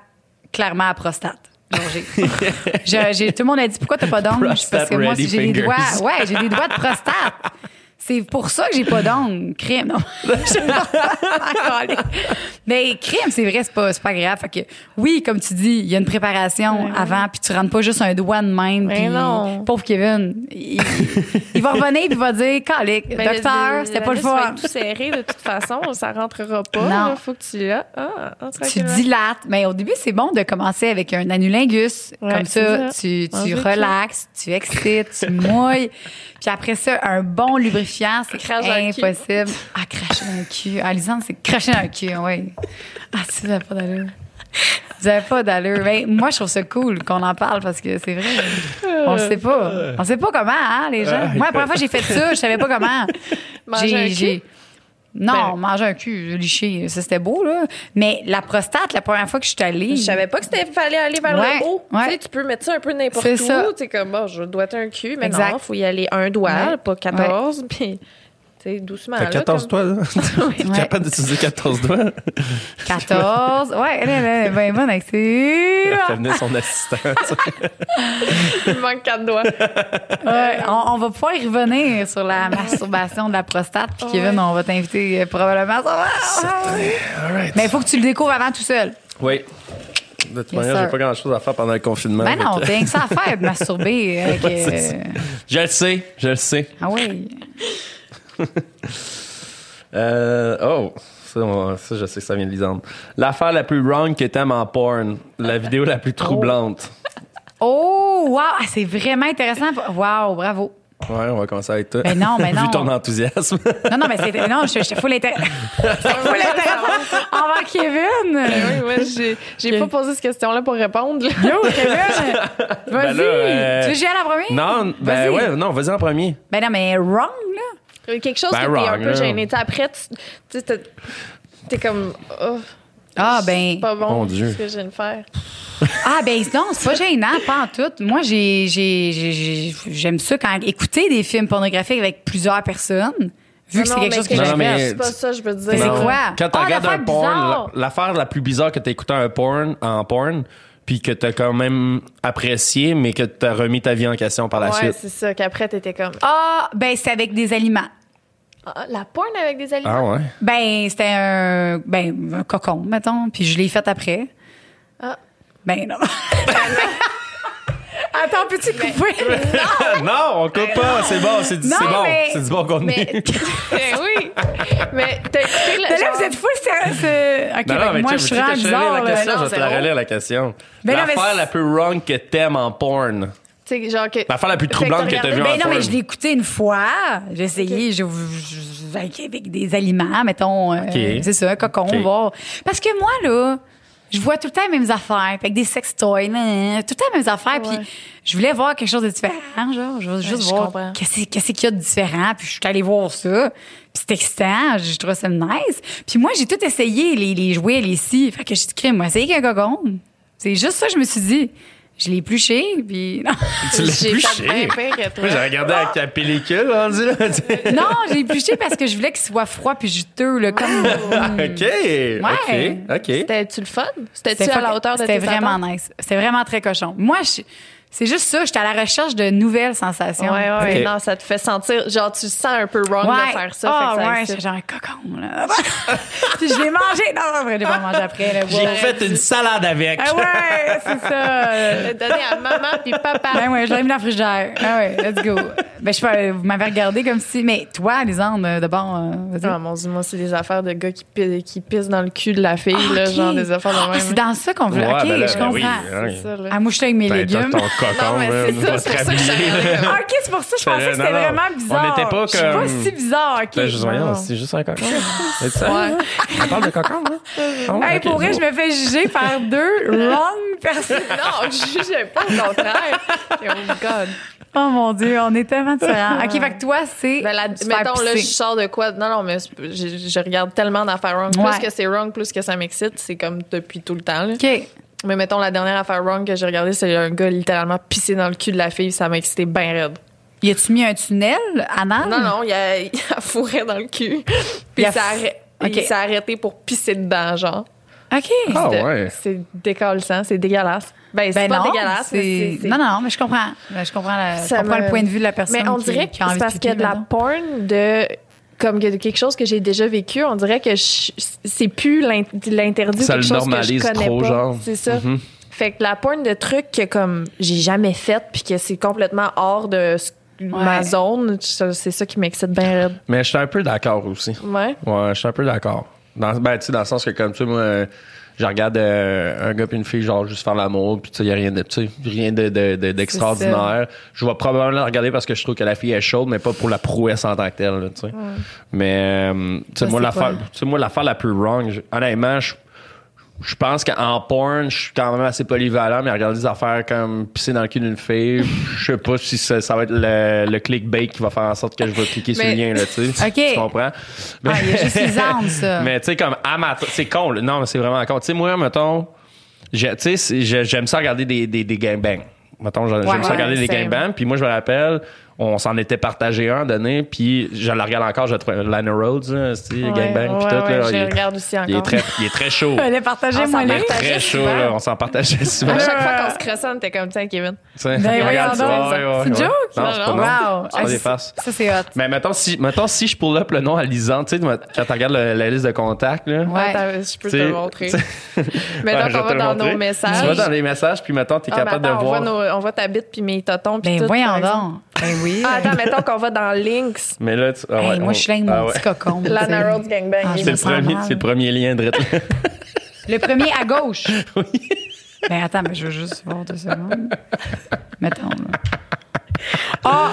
clairement à prostate. Genre, j'ai- j'ai- j'ai- tout le monde a dit pourquoi t'as pas d'ongles
Prostate
Parce que moi,
ready
si j'ai des
fingers.
doigts, ouais, j'ai des doigts de prostate. C'est pour ça que j'ai pas d'ongles, crime. Non. Mais crime, c'est vrai, c'est pas, c'est pas grave. Fait que, oui, comme tu dis, il y a une préparation avant, puis tu rentres pas juste un doigt de même.
Ben
puis
non.
Pauvre Kevin, il, il va revenir puis il va dire Calique,
Ben, le-
docteur,
le-
c'était pas le
l'anus va
fun.
être tout serré de toute façon, ça rentrera pas.
Non.
là, faut que tu ah, ah, ah,
Tu
tranquillement.
dilates. Mais au début, c'est bon de commencer avec un anulingus.
Ouais,
Comme
c'est
ça,
ça.
tu, tu
Manger ça.
relaxes, tu excites, tu mouilles. Puis après ça, un bon lubrifiant, c'est
Crache dans le cul.
impossible. Ah, cracher dans le cul. Ah, Lisande, c'est cracher dans le cul, oui. Ah, si, vous avez pas d'allure. Vous avez pas d'allure. Mais moi, je trouve ça cool qu'on en parle parce que c'est vrai. On le sait pas. On sait pas comment, hein, les gens. Moi, la première fois que j'ai fait ça, je savais pas comment.
Manger
J'ai-
un cul?
j'ai- non,
Ben-
manger un cul, liché, ça c'était beau, là. Mais la prostate, la première fois que je suis allée.
Je savais pas que c'était fallait aller vers
Ouais,
le haut.
ouais.
Tu sais, tu peux mettre ça un peu n'importe
C'est
où.
ça.
Tu sais, comme, bon, je dois un cul, mais
Exact.
non, faut y aller un doigt,
Ouais.
pas 14, puis, tu sais, doucement.
T'as
là,
14
comme-
doigts, là. T'es
Ouais.
capable d'utiliser 14 doigts.
14. Ouais, elle est bien bonne avec ses-
Elle fait venir son assistant.
Il me manque 4 doigts.
Ouais, on, on va pouvoir y revenir sur la masturbation de la prostate. Puis
Ouais.
Kevin, on va t'inviter euh, probablement.
All right.
Mais il faut que tu le découvres avant tout seul.
Oui. De toute
Yes,
manière,
sir.
j'ai pas grand chose à faire pendant le confinement.
Ben non,
Fait que-
t'as rien que ça à faire, de masturber. Avec,
Ouais, c'est
euh,
ça. Je le sais, je le sais.
Ah oui.
Euh, oh, ça, on- ça, je sais que ça vient de Lisande. L'affaire la plus wrong que t'aimes en porn. La vidéo la plus troublante.
Oh, wow, ah, c'est vraiment intéressant. Wow, bravo.
Ouais, on va commencer avec toi.
Ben non, ben non.
Vu ton enthousiasme.
Non, non, mais c'est. Non, je suis full intéressant. full intéressant envers Kevin.
oui, moi, j'ai, j'ai pas posé cette question-là pour répondre. là.
Yo, Kevin. Vas-y.
Ben là, euh,
Tu veux que j'y aille en premier?
non,
Vas-y.
ben ouais, non, vas-y en premier.
Ben non, mais wrong, là.
Il y a Quelque chose
Ben,
que t'es un
wrong,
peu
là.
gêné. T'sais, Après, tu tu sais, t'es, t'es comme, oh,
Ah, ben.
c'est pas bon,
Mon Dieu.
ce que je viens de faire.
Ah, ben non, c'est pas gênant, pas en tout. Moi, j'ai, j'ai, j'ai- j'ai- j'aime ça quand écouter des films pornographiques avec plusieurs personnes. Vu que c'est
Non,
quelque
mais
chose que
Non,
j'avais.
non, mais-
C'est pas ça, je veux dire.
Mais c'est
Non.
quoi?
Quand tu
Ah,
regardes un
l'affaire
porn,
bizarre.
la- l'affaire la plus bizarre que t'as écouté un porn en porn, puis que t'as quand même apprécié, mais que t'as remis ta vie en question par la
Ouais,
suite.
c'est ça. Qu'après, t'étais comme.
Ah, ben c'est avec des aliments.
Ah, la porn avec des aliments.
Ah ouais?
Ben c'était un ben un cocon, mettons, puis je l'ai fait après.
Ah.
Ben non.
Attends, peux-tu couper?
non, on coupe pas, c'est bon, c'est du-
Non,
c'est bon,
mais-
c'est du bon contenu.
Mais,
Ben
Eh oui. Mais t'as écouté le.
Mais là,
genre-
vous êtes fous, c'est. c'est- Ok,
Non, non,
ben,
mais
moi,
tu
je
sais,
suis
veux-tu
vraiment
que je te relire
bizarre. là.
la question, je vais te la
zéro.
relire la question.
Ben non, mais
l'affaire
c'est-
la plus wrong que t'aimes en
Tu
porn.
sais, genre que.
L'affaire la plus
Fait que
troublante que t'as
regardé-
vue en
Ben non, mais
porn.
je l'ai écouté une fois. J'ai essayé, j'ai- j'ai- j'ai- avec des aliments, mettons. euh,
Ok.
C'est ça, cocon,
Ok.
voir. Parce que moi, là, je vois tout le temps les mêmes affaires. Fait que des sex toys, nan, tout le temps les mêmes affaires.
Ouais.
Puis je voulais voir quelque chose de différent, genre. Je veux juste
je comprends.
voir qu'est-ce qu'est-ce qu'il y a de différent. Puis je suis allée voir ça. Puis c'est excitant. Je trouve ça nice. Puis moi, j'ai tout essayé, les, les jouets, les scies. Fait que j'ai dit, crime, moi, essayé qu'un cocon. C'est juste ça, que je me suis dit. Je l'ai épluché, puis non.
Tu l'as
J'ai fait
épluché.
bien pire que toi.
Moi, j'ai regardé avec la pellicule, on dit là. tu sais.
Non, j'ai épluché parce que je voulais qu'il soit froid puis juteux, là, comme.
OK, OK, OK.
C'était-tu le fun? C'était-tu
C'était
à la hauteur de tes
C'était vraiment
attentes?
nice. C'était vraiment très cochon. Moi, je- c'est juste ça, j'étais à la recherche de nouvelles sensations.
Ouais, ouais.
Ok.
Non, ça te fait sentir. Genre, tu sens un peu wrong
Ouais.
de faire ça.
Ah,
fait que ça
ouais,
excite.
j'étais genre un cocon, là. puis je l'ai mangé. Non, non, je l'ai pas mangé après, là.
J'ai
Ouais.
fait une salade avec.
Ah ouais, c'est ça.
Le donner à maman puis papa.
Ben ouais, je l'ai mis dans le frigidaire. Ah ouais, let's go. Ben, je sais pas, vous m'avez regardé comme si. Mais toi, Lisande, d'abord, euh, vas-y.
Ah, mon dieu, moi, c'est des affaires de gars qui, pi- qui pissent dans le cul de la fille,
Ah,
là,
ok.
genre des affaires
Ah,
de même. hein.
c'est dans Ah, ça qu'on veut.
Ouais,
ok,
ben là,
je
ben
comprends.
oui,
C'est ça, là.
À moi, j'étais avec mes
Ben, t'as
légumes.
ton cocon,
Non, mais
là,
c'est
on
ça,
va
c'est
te
pour ça que je
rhabiller, là.
Ah, ok, c'est pour ça je
C'est
pensais que c'était
non, non.
vraiment bizarre.
On n'était pas
Je suis pas
comme-
si bizarre, ok.
Ben, juste, voyons,
Non.
c'est juste un cocon. C'est ça?
Ouais.
On parle de cocon, là? Ah ouais,
Hey,
ok.
pour vrai, je me fais juger par deux wrong personnes.
Non, je sais pas, au contraire. oh God.
Oh mon Dieu, on est tellement différents. ok, fait que toi, c'est.
Ben, la-
se faire
mettons, là, je
pisser.
sors de quoi? Non, non, mais c'est- je, je regarde tellement d'affaires wrong.
Ouais.
Plus que c'est wrong, plus que ça m'excite. C'est comme depuis tout le temps. là.
Ok.
Mais mettons, la dernière affaire wrong que j'ai regardée, c'est un gars littéralement pissé dans le cul de la fille. Ça m'a excité bien raide.
Y a-tu mis un tunnel, Anna?
Non, non, il a, il a fourré dans le cul. Puis
Ah. Il a
il s'est
f-
arrêt-
Ok.
il s'est arrêté pour pisser dedans, genre.
Ok.
Ah
C'était-
ouais.
C'est décalissant, c'est dégueulasse. Ben, c'est
Ben
pas
non,
dégueulasse, mais
c'est-
c'est- c'est-
Non, non, mais je comprends. Ben, je comprends, la- je
Ça
comprends
me-
le point de vue de la personne.
Mais on
qui-
dirait que
qui
c'est
a envie
parce
pipi,
qu'il y a de la
mettons.
porn de comme que- quelque chose que j'ai déjà vécu, on dirait que je- c'est plus l'in- l'interdit ou
Ça
quelque
le
chose que je
normalise
connais
trop,
pas.
genre. Mm-hmm.
C'est ça. Fait que la porn de trucs que comme j'ai jamais fait puis que c'est complètement hors de ce- ma zone, ça- c'est ça qui m'excite bien. raide.
Mais je suis un peu d'accord aussi.
Ouais.
Ouais, je suis un peu d'accord. Dans, ben, tu sais, dans le sens que, comme tu sais, moi, euh, je regarde euh, un gars puis une fille, genre, juste faire l'amour, puis tu sais, il n'y a rien de, tu sais, rien de, de- de- d'extraordinaire. Je vais probablement la regarder parce que je trouve que la fille est chaude, mais pas pour la prouesse en tant que telle, là, tu sais. Mais, euh, tu
Ça,
sais, moi,
c'est
l'affaire,
quoi?
tu sais, moi, l'affaire la plus wrong, je- honnêtement, je. Je pense qu'en porn, je suis quand même assez polyvalent, mais à regarder des affaires comme pisser dans le cul d'une fille, je sais pas si ça, ça va être le, le clickbait qui va faire en sorte que je vais cliquer sur le
Mais-
lien, là, tu sais.
Ok.
Tu comprends?
Ah, il y a juste les armes, ça.
Mais tu sais, comme amateur, c'est con, là. non, mais c'est vraiment con. Tu sais, moi, mettons, j'ai- tu sais, c'est- j'ai- j'aime ça regarder des, des, des gangbangs. Mettons, j'a- j'aime
Ouais,
ça regarder
ouais,
des
same.
gangbangs. Puis moi, je me rappelle, on s'en était partagé un donné, puis je la regarde encore, je trouve Lana Rhodes, là, tu sais,
Ouais,
gangbang, puis
ouais,
tout.
ouais,
là,
je
il, est-
regarde aussi
il est
encore.
très, il est très chaud.
Allez,
Ah, ça
partagez-moi
Il
les.
est
partageait
très chaud,
souvent.
là, on s'en partageait souvent.
À
Tu
chaque fois qu'on se crossait, on était comme tiens Kevin.
sais,
Ben,
regarde,
voyons donc.
ouais, ouais, ouais.
C'est une joke?
Non, c'est pas
Non,
non.
Wow.
C'est pas des
Ah,
farces.
Ça, c'est hot.
Mais mettons si, mettons, si je pull up le nom à Lisande, tu sais, quand tu regardes le- la liste de contacts, là,
Ouais.
Attends, je peux te
T'sais,
le montrer.
t'sais-
Mettons
Ouais,
qu'on
je vais
va
te le
dans
montrer.
nos messages.
Tu vas dans les messages, puis mettons, t'es
Ah, mais
capable
attends,
de
on
voir.
voit, nos- on voit ta bite puis mes totons puis
Ben
tout, par
voyons
exemple.
donc. Ben oui.
Ah, attends, mettons qu'on va dans Lynx.
Mais là, tu. ah
Hey,
ouais,
moi,
on-
je slingue mon
ah ouais.
petit cocon. tu sais.
Lana Rhodes Gangbang.
Ah, je
C'est
me
le,
sens
premier,
mal.
c'est le premier lien de retour.
Le premier à gauche. Oui. Ben attends, mais je veux juste voir deux secondes. Mettons. là. Ah!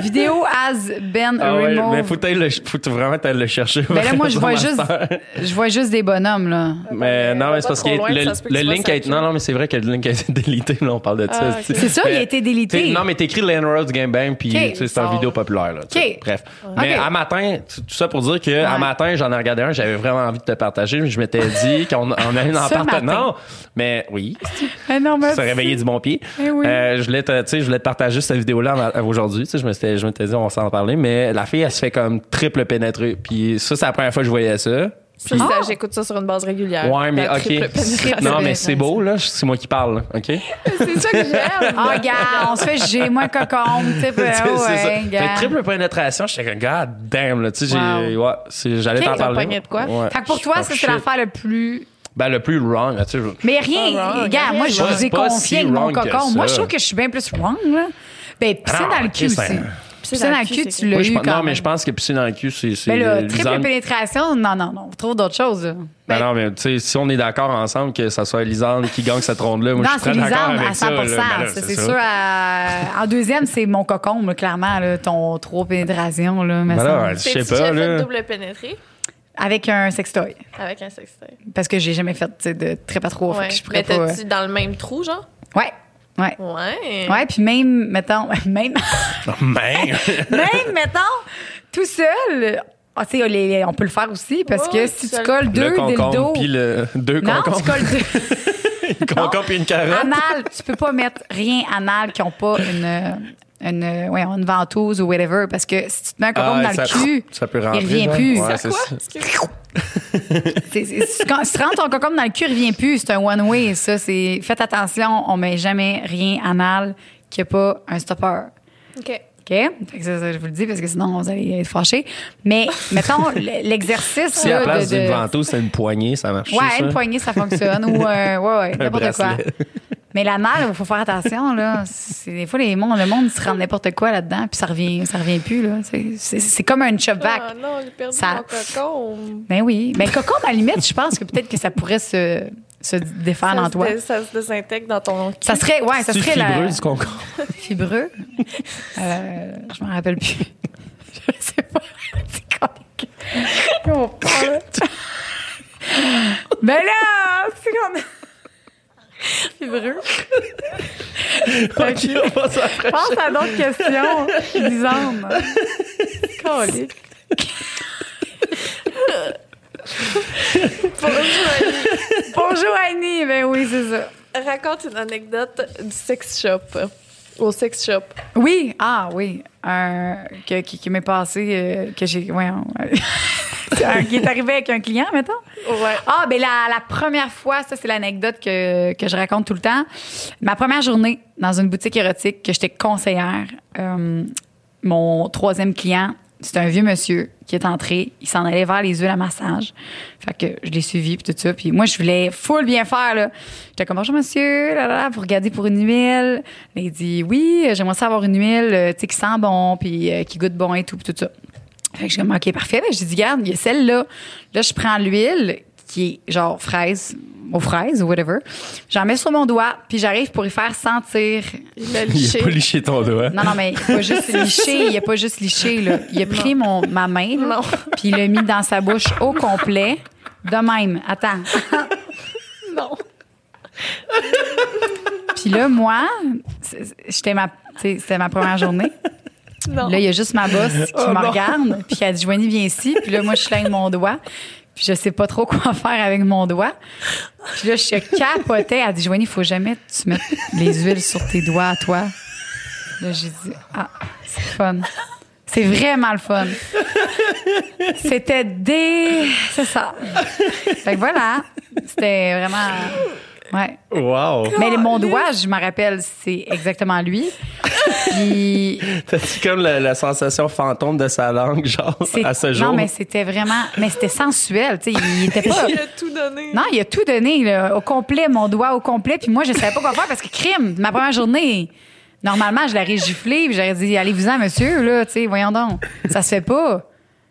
vidéo as Ben
Ah ouais,
Remove.
mais faut, t'ailles le- faut vraiment t'ailles le chercher.
Ben là, moi, je vois
Sur
juste,
Master.
je vois juste des bonhommes, là. Euh,
Mais non, mais c'est
va
parce
trop
que
loin,
le,
ça se peut que
le
tu
link
fasses
a été.
un
Non, non, mais c'est vrai que le link a été délité. Là, on parle de
Ah,
ça.
ok.
tu sais.
C'est ça, il a
Mais,
été délité.
t'sais, Non, mais t'écris Lane Rhodes Game Bang, puis
Ok,
tu sais, c'est un
sort.
vidéo populaire. Là, tu sais.
Ok.
Bref. Mais
Ok.
à matin, t- tout ça pour dire que à matin, j'en ai regardé un, j'avais vraiment envie de te partager, mais je m'étais dit qu'on on a une en
Ce matin.
partenant. Mais oui.
Ah non, mais
se réveiller du bon pied.
Eh oui.
Euh, je voulais te, tu sais, je voulais te partager cette vidéo-là en par- aujourd'hui. Tu sais, je m'étais, je m'étais dit, on va s'en parler. Mais la fille, elle se fait comme triple pénétrer. Puis ça, c'est la première fois que je voyais ça.
Ça, ça, j'écoute ça sur une base régulière.
Euh,
Ouais, mais
La triple
OK.
pénétration.
Non, mais c'est beau, là. C'est moi qui parle, là, OK?
c'est ça que j'aime.
Ah, gars, on se fait j'ai moins cocon, tu sais,
Tu sais,
ben,
c'est ça.
ouais,
Fait que
gars.
triple pénétration, j'étais comme, God damn, là. Tu sais, j'ai- ouais, c'est- j'allais
Ok,
t'en
ils ont
parler.
pogné de quoi?
Ouais.
Fait que pour
Je
toi,
suis
ça,
comme,
c'est
Ah, shit.
l'affaire le plus.
Ben, le plus wrong, là, tu sais. je-
Mais rien,
Pas wrong,
gars,
Ah, rien.
moi, je
Ouais,
vous
c'est
ai
pas
confié
si
de mon
wrong que
cocon.
ça.
Moi, je trouve que je suis bien plus wrong, là. Ben, pisser
Ah,
dans le
ok,
cul
c'est-
aussi. Pisser dans le cul, tu
c'est-
l'as
Moi, je
eu
pense-
quand
non, mais
même.
je pense que pisser dans le cul, c'est. c'est
Mais là, triple
Lisanne-
pénétration, non, non, non. On trouve d'autres choses. là.
Ben
Ben,
non, mais tu sais, si on est d'accord ensemble que ça soit Lisande qui gagne cette ronde-là, moi,
non,
je suis
c'est
très d'accord
lisable
avec
à 100
ça. là. Ben là,
ça, c'est sûr. à- En deuxième, c'est mon cocon, là, clairement, là, ton trop pénétration, là, me
Ben là,
semble.
ouais, je sais
T'es-tu
pas,
déjà fait
là.
double pénétrer
Avec un sextoy.
avec un sextoy.
Parce que j'ai jamais fait tu sais, de trip à trois. Fait
Ouais.
que je pourrais
Mais
pas. euh,
t'as-tu dans le même trou, genre?
Ouais. Ouais.
Ouais.
Ouais, puis même, mettons, même,
Man!
même, mettons, tout seul, ah, tu sais, les- on peut le faire aussi parce que
Ouais, tout
si tu
seul.
colles deux
le concombre,
dildos.
puis le. Deux
Non,
concombres.
tu colles deux.
Une concombre puis une carotte.
anal, tu peux pas mettre rien anal qui ont pas une, une, ouais, une ventouse ou whatever parce que si tu te mets un concombre
Ah,
dans
ça,
le cul,
ça peut rentrer.
il revient
genre.
plus. Ça
Ouais, c'est
Ah, Quoi?
ça.
Excuse-moi.
C'est- c'est- c'est- quand, si tu rentres ton concombre dans le cul, il revient plus. C'est un one-way, ça. C'est, faites attention, on met jamais rien anal qui a pas un stopper.
OK.
OK? Fait que ça, ça, je vous le dis parce que sinon, vous allez être fâchés. Mais, mettons, l- l'exercice.
Si
là,
à la place
de, de-
d'une ventouse, c'est une poignée, ça marche.
Ouais,
ça?
une poignée, ça fonctionne. ou, euh, ouais, ouais, n'importe quoi.
bracelet.
Mais l'anal, il faut faire attention, là. C'est, des fois, les mondes, le monde se rend n'importe quoi là-dedans, puis ça revient, ça revient plus, là. C'est, c'est- c'est comme un chop back.
Ah non, j'ai perdu
Ça-
mon cocon.
Ben oui. Mais coco, à la limite, je pense que peut-être que ça pourrait se, se défaire en
se
toi.
dé- ça se désintègre dans ton cul.
Ça serait, ouais, ça
C'est
serait la-
fibreux du concombre.
Fibreux? Euh, je m'en rappelle plus. je sais pas. C'est comique. Ben là, c'est qu'on
fibreux.
Ok, on passe à la prochaine.
pense à Ah, d'autres questions, hein. disons.
Calique. Pour une fois,
Bonjour Annie, ben oui, c'est ça.
raconte une anecdote du sex shop. Au sex shop.
Oui, ah oui, un que- qui, qui m'est passé, euh, que j'ai, ouais, un- qui est arrivé avec un client, mettons.
Ouais.
Ah, ben la, la première fois, ça, c'est l'anecdote que, que je raconte tout le temps. Ma première journée dans une boutique érotique que j'étais conseillère, euh, mon troisième client, c'est un vieux monsieur qui est entré. Il s'en allait vers les huiles à massage. Fait que je l'ai suivi, puis tout ça. Puis moi, je voulais full bien faire, là. J'étais comme, bonjour, monsieur, là, là, là, vous regardez pour une huile. Là, il dit, oui, euh, j'aimerais ça avoir une huile, euh, tu sais, qui sent bon, puis euh, qui goûte bon et tout, puis tout ça. Fait que j'ai comme, OK, parfait. Ben, j'ai dit, garde, il y a celle-là. Là, je prends l'huile qui est genre fraise, aux fraises ou whatever. J'en mets sur mon doigt, puis j'arrive pour y faire sentir.
Il l'a
Il
liché.
a pas liché ton doigt.
Non, non, mais il a pas juste liché, il a pas juste liché, là. Il a pris mon, ma main, là,
Non.
puis il l'a mis dans sa bouche au complet. De même, attends.
Non.
Puis là, moi, c'est- c'est- j'étais ma, tu sais, c'était ma première journée.
Non.
Là, il y a juste ma boss qui
Oh
me
non.
regarde, puis elle dit Joanie, viens ici. Puis là, moi, je slingue mon doigt, puis je sais pas trop quoi faire avec mon doigt. Puis là, je capotais. Elle dit Joanie, il faut jamais que tu mettes les huiles sur tes doigts à toi. Là, j'ai dit Ah, c'est le fun. C'est vraiment le fun. C'était des. C'est ça. Fait que voilà. C'était vraiment. Ouais.
Wow!
Mais le- mon doigt, je me rappelle, c'est exactement lui. Puis
T'as-tu comme la, la sensation fantôme de sa langue, genre,
C'est-
à ce jour?
Non, mais c'était vraiment. Mais c'était sensuel. Tu sais, il était pas.
Il a tout donné.
Non, il a tout donné, là, au complet, mon doigt au complet. Puis moi, je savais pas quoi faire parce que crime, ma première journée, normalement, je l'aurais giflé. Puis j'aurais dit, allez-vous-en, monsieur, là, tu sais, voyons donc. Ça se fait pas.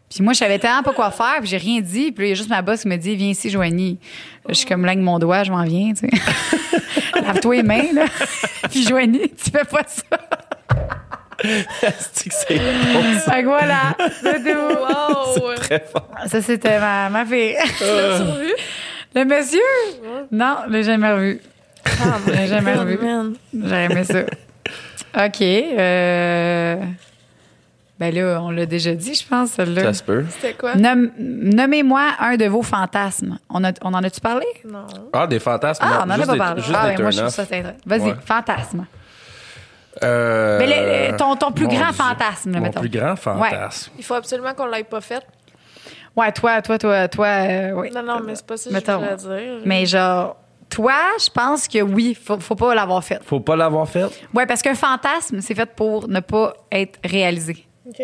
Puis moi, je savais tellement pas quoi faire, puis j'ai rien dit. Puis là, il y a juste ma boss qui me dit, viens ici, Joanie. Là, je suis comme langue mon doigt, je m'en viens, tu sais. Lave-toi les mains, là. puis Joanie, tu fais pas ça.
C'est que c'est bon,
Fait que voilà, c'est tout.
Wow.
très fort.
Ça, c'était ma, ma fille.
L'as-tu vu?
Le monsieur? Non, je l'ai jamais revu.
Ah,
Je l'ai jamais
God,
revu.
man.
J'aurais aimé ça. OK. euh, Ben là, on l'a déjà dit, je pense, celle-là.
Ça se peut.
C'était quoi?
Nomme- Nommez-moi un de vos fantasmes. On, a, on en a-tu parlé?
Non.
Ah, des fantasmes.
Ah, on en a
non, juste
pas
des-
parlé.
Juste
Ah,
des
ben, moi, je
turn-off.
trouve ça c'est intéressant. Vas-y,
Ouais.
fantasme.
Euh,
Mais le- le- ton- ton plus
mon
grand
Dieu.
fantasme, là,
Mon
mettons.
plus grand fantasme.
Il faut absolument qu'on l'ait pas faite.
Ouais, toi, toi, toi, toi, euh, oui.
Non, non, mais c'est pas ça que je
Mettons.
voulais dire.
Mais genre, toi, je pense que oui, faut, faut pas l'avoir fait.
Faut pas l'avoir fait.
Ouais, parce qu'un fantasme, c'est fait pour ne pas être réalisé.
OK.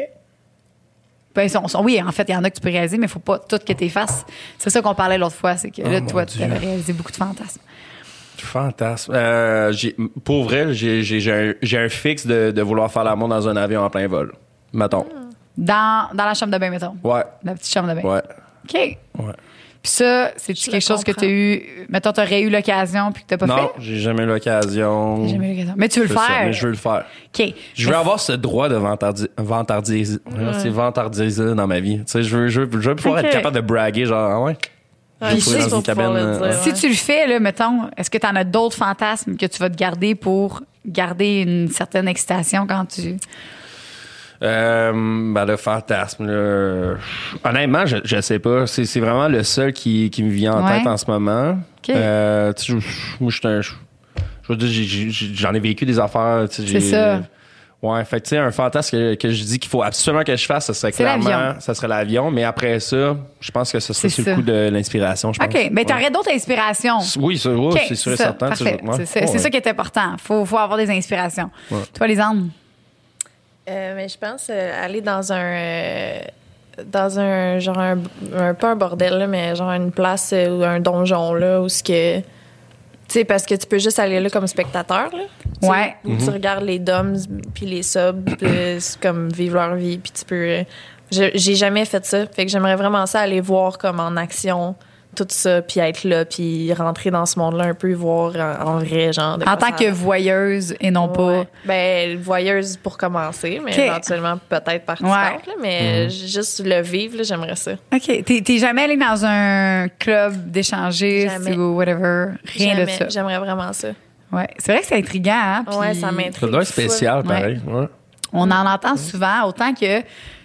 Ben, ils sont- sont- oui, en fait, il y en a que tu peux réaliser, mais il faut pas tout que tu fasses. C'est ça qu'on parlait l'autre fois, c'est que là,
Ah, mon
toi,
Dieu.
tu avais réalisé beaucoup de fantasmes.
Fantasme. Euh, j'ai- pour vrai, j'ai- j'ai j'ai un, j'ai un fixe de, de vouloir faire l'amour dans un avion en plein vol. Mettons.
Ah. Dans, dans la chambre de bain, mettons.
Ouais.
La petite chambre de bain.
Ouais.
OK. Puis
Ouais.
ça, c'est
Je
quelque
le
chose que
comprends.
tu as eu. Mettons, tu aurais eu l'occasion puis que tu pas
Non,
fait.
j'ai jamais eu l'occasion.
J'ai jamais eu l'occasion. Mais tu veux le
C'est ça,
faire.
mais je veux le faire.
OK.
Je veux
Mais-
avoir ce droit de vantardi- vantardiser, hein, c'est vantardiser dans ma vie. Tu sais, je veux, je veux, je veux pouvoir
Ok.
être capable de braguer, genre, ah ouais.
Ouais,
trouvé
juste
dans une
pour pouvoir
cabane,
le dire,
euh,
ouais.
Si tu le fais, là, mettons, est-ce que tu en as d'autres fantasmes que tu vas te garder pour garder une certaine excitation quand tu.
Euh, ben, le fantasme, là. Honnêtement, je, je sais pas. C'est, c'est vraiment le seul qui, qui me vient en
Ouais.
tête en ce moment.
Ok.
Euh, tu sais, je- moi, je suis un- je- je veux dire, j'ai- j'ai- j'ai- j'en ai vécu des affaires. tu sais,
C'est
j'ai-
ça.
Ouais, fait que, tu sais, un fantasme que, que je dis qu'il faut absolument que je fasse, ce serait
C'est
clairement,
l'avion.
ça serait l'avion. Mais après ça, je pense que ce serait
C'est
sur le
ça.
coup de l'inspiration, je pense.
OK. Mais tu
Ouais.
aurais d'autres inspirations.
Oui, ça, ouais,
OK,
c'est sûr et
ça,
certain.
parfait.
tu sais, ouais.
C'est ça,
Ouais,
c'est
ouais.
ça qui est important. Faut, faut avoir des inspirations. Toi, les âmes.
Euh, mais je pense euh, aller dans un. euh, dans un. Genre, un, un- Pas un bordel, là, mais genre une place euh, ou un donjon, là, où ce que. Tu sais, parce que tu peux juste aller là comme spectateur, là. Tu sais,
Ouais.
Où tu regardes les doms, puis les subs, puis euh, c'est comme vivre leur vie, puis tu peux. euh, je- J'ai jamais fait ça. Fait que j'aimerais vraiment ça aller voir comme en action tout ça, puis être là, puis rentrer dans ce monde-là un peu, voir en, en vrai, genre. de
En
quoi
tant
ça a
que
l'air.
voyeuse et non
Ouais. Ben, voyeuse pour commencer, mais
Ok.
éventuellement peut-être participante. là, mais juste le vivre, là, j'aimerais ça.
pas. OK. T'es t'es jamais allé dans un club d'échangistes
Jamais.
ou whatever. Rien
Jamais.
de ça.
J'aimerais vraiment ça.
Ouais. C'est vrai que c'est intriguant. hein, puis-
Ouais, ça m'intrigue.
Ça doit être spécial,
Ouais.
pareil. ouais.
On en entend souvent, autant que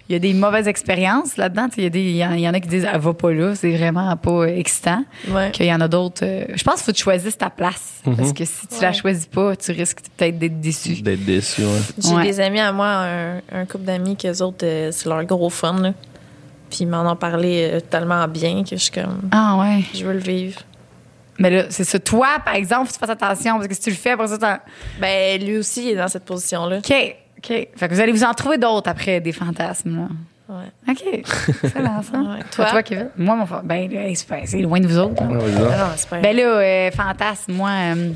il y a des mauvaises expériences là-dedans. Tu sais, Il y, a des- il y en- il y en a qui disent ah, va pas là, c'est vraiment pas euh, excitant.
Ouais.
Qu'il y en a d'autres. euh, je pense qu'il faut que tu choisisses ta place. Parce que si tu la
Ouais.
choisis pas, tu risques peut-être d'être déçu.
D'être déçu, ouais.
J'ai
Ouais.
des amis à moi, un, un couple d'amis, qu'eux autres, euh, c'est leur gros fun. Là. Puis ils m'en ont parlé euh, tellement bien que je suis comme,
Ah ouais.
je veux le vivre.
Mais là, c'est ça. Toi, par exemple, faut que tu fasses attention parce que si tu le fais, après ça, t'en-
Ben, lui aussi, il est dans cette position-là.
OK. OK. Fait que vous allez vous en trouver d'autres après, des fantasmes, là.
Ouais.
OK. Excellent, ça.
Ouais.
Toi,
Toi?
toi, Kevin? Moi, mon fa- Ben, là, c'est pas- c'est loin de vous autres. là.
Ouais, vas-y donc.
Ah non, c'est pas
Ben là, euh, fantasme, moi, euh,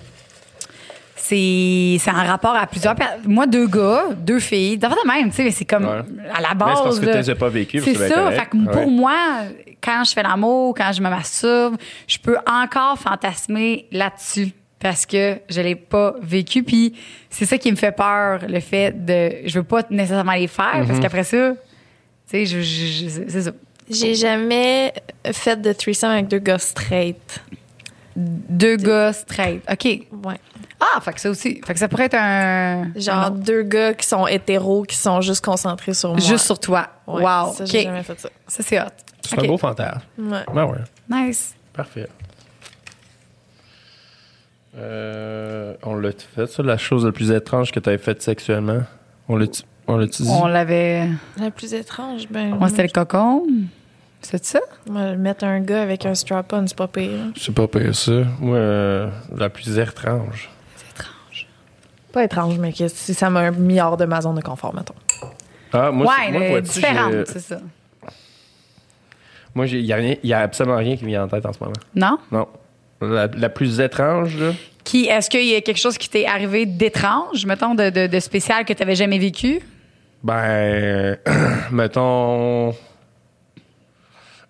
c'est c'est en rapport à plusieurs personnes. Moi, deux gars, deux filles. D'abord de même, tu sais, mais c'est comme
Ouais.
à la base.
Mais c'est parce que
là.
tu les as pas vécues, puis
C'est
c'est bien
ça.
correct.
Fait que pour
Ouais.
moi, quand je fais l'amour, quand je me masturbe, je peux encore fantasmer là-dessus. Parce que je l'ai pas vécu, puis c'est ça qui me fait peur, le fait de, je veux pas nécessairement les faire, parce
Mm-hmm.
qu'après ça, tu sais, je, je- je- c'est ça.
J'ai jamais fait de threesome avec deux gars straight.
Deux gars straight, ok.
Ouais.
Ah, fait que ça aussi. Fait que ça pourrait être un.
Genre
un autre.
deux gars qui sont hétéros, qui sont juste concentrés sur moi.
Juste sur toi.
Ouais,
wow.
Ça,
OK.
j'ai jamais fait ça.
Ça, c'est hot.
C'est
OK.
un beau fantasme.
Ouais.
Ben ouais,
Nice.
parfait. Euh, on l'a fait, ça, la chose la plus étrange que tu faite sexuellement? On l'a on l'a-tu dit?
On l'avait.
La plus étrange, ben.
Moi, c'était le cocon. C'est ça?
moi, mettre un gars avec un strap-on, c'est pas pire.
C'est pas pire, ça. Moi, euh, la plus étrange.
Pas étrange, mais que si ça m'a mis hors de ma zone de confort, mettons.
Ah, moi, c'est-
ouais,
moi,
elle est
vois-tu,
différente,
j'ai-
c'est ça.
Moi, il y, a rien- y a absolument rien qui me vient en tête en ce moment.
Non?
Non. La, la plus étrange, là.
Qui, est-ce qu'il y a quelque chose qui t'est arrivé d'étrange, mettons, de, de- de spécial que tu n'avais jamais vécu?
Ben, mettons.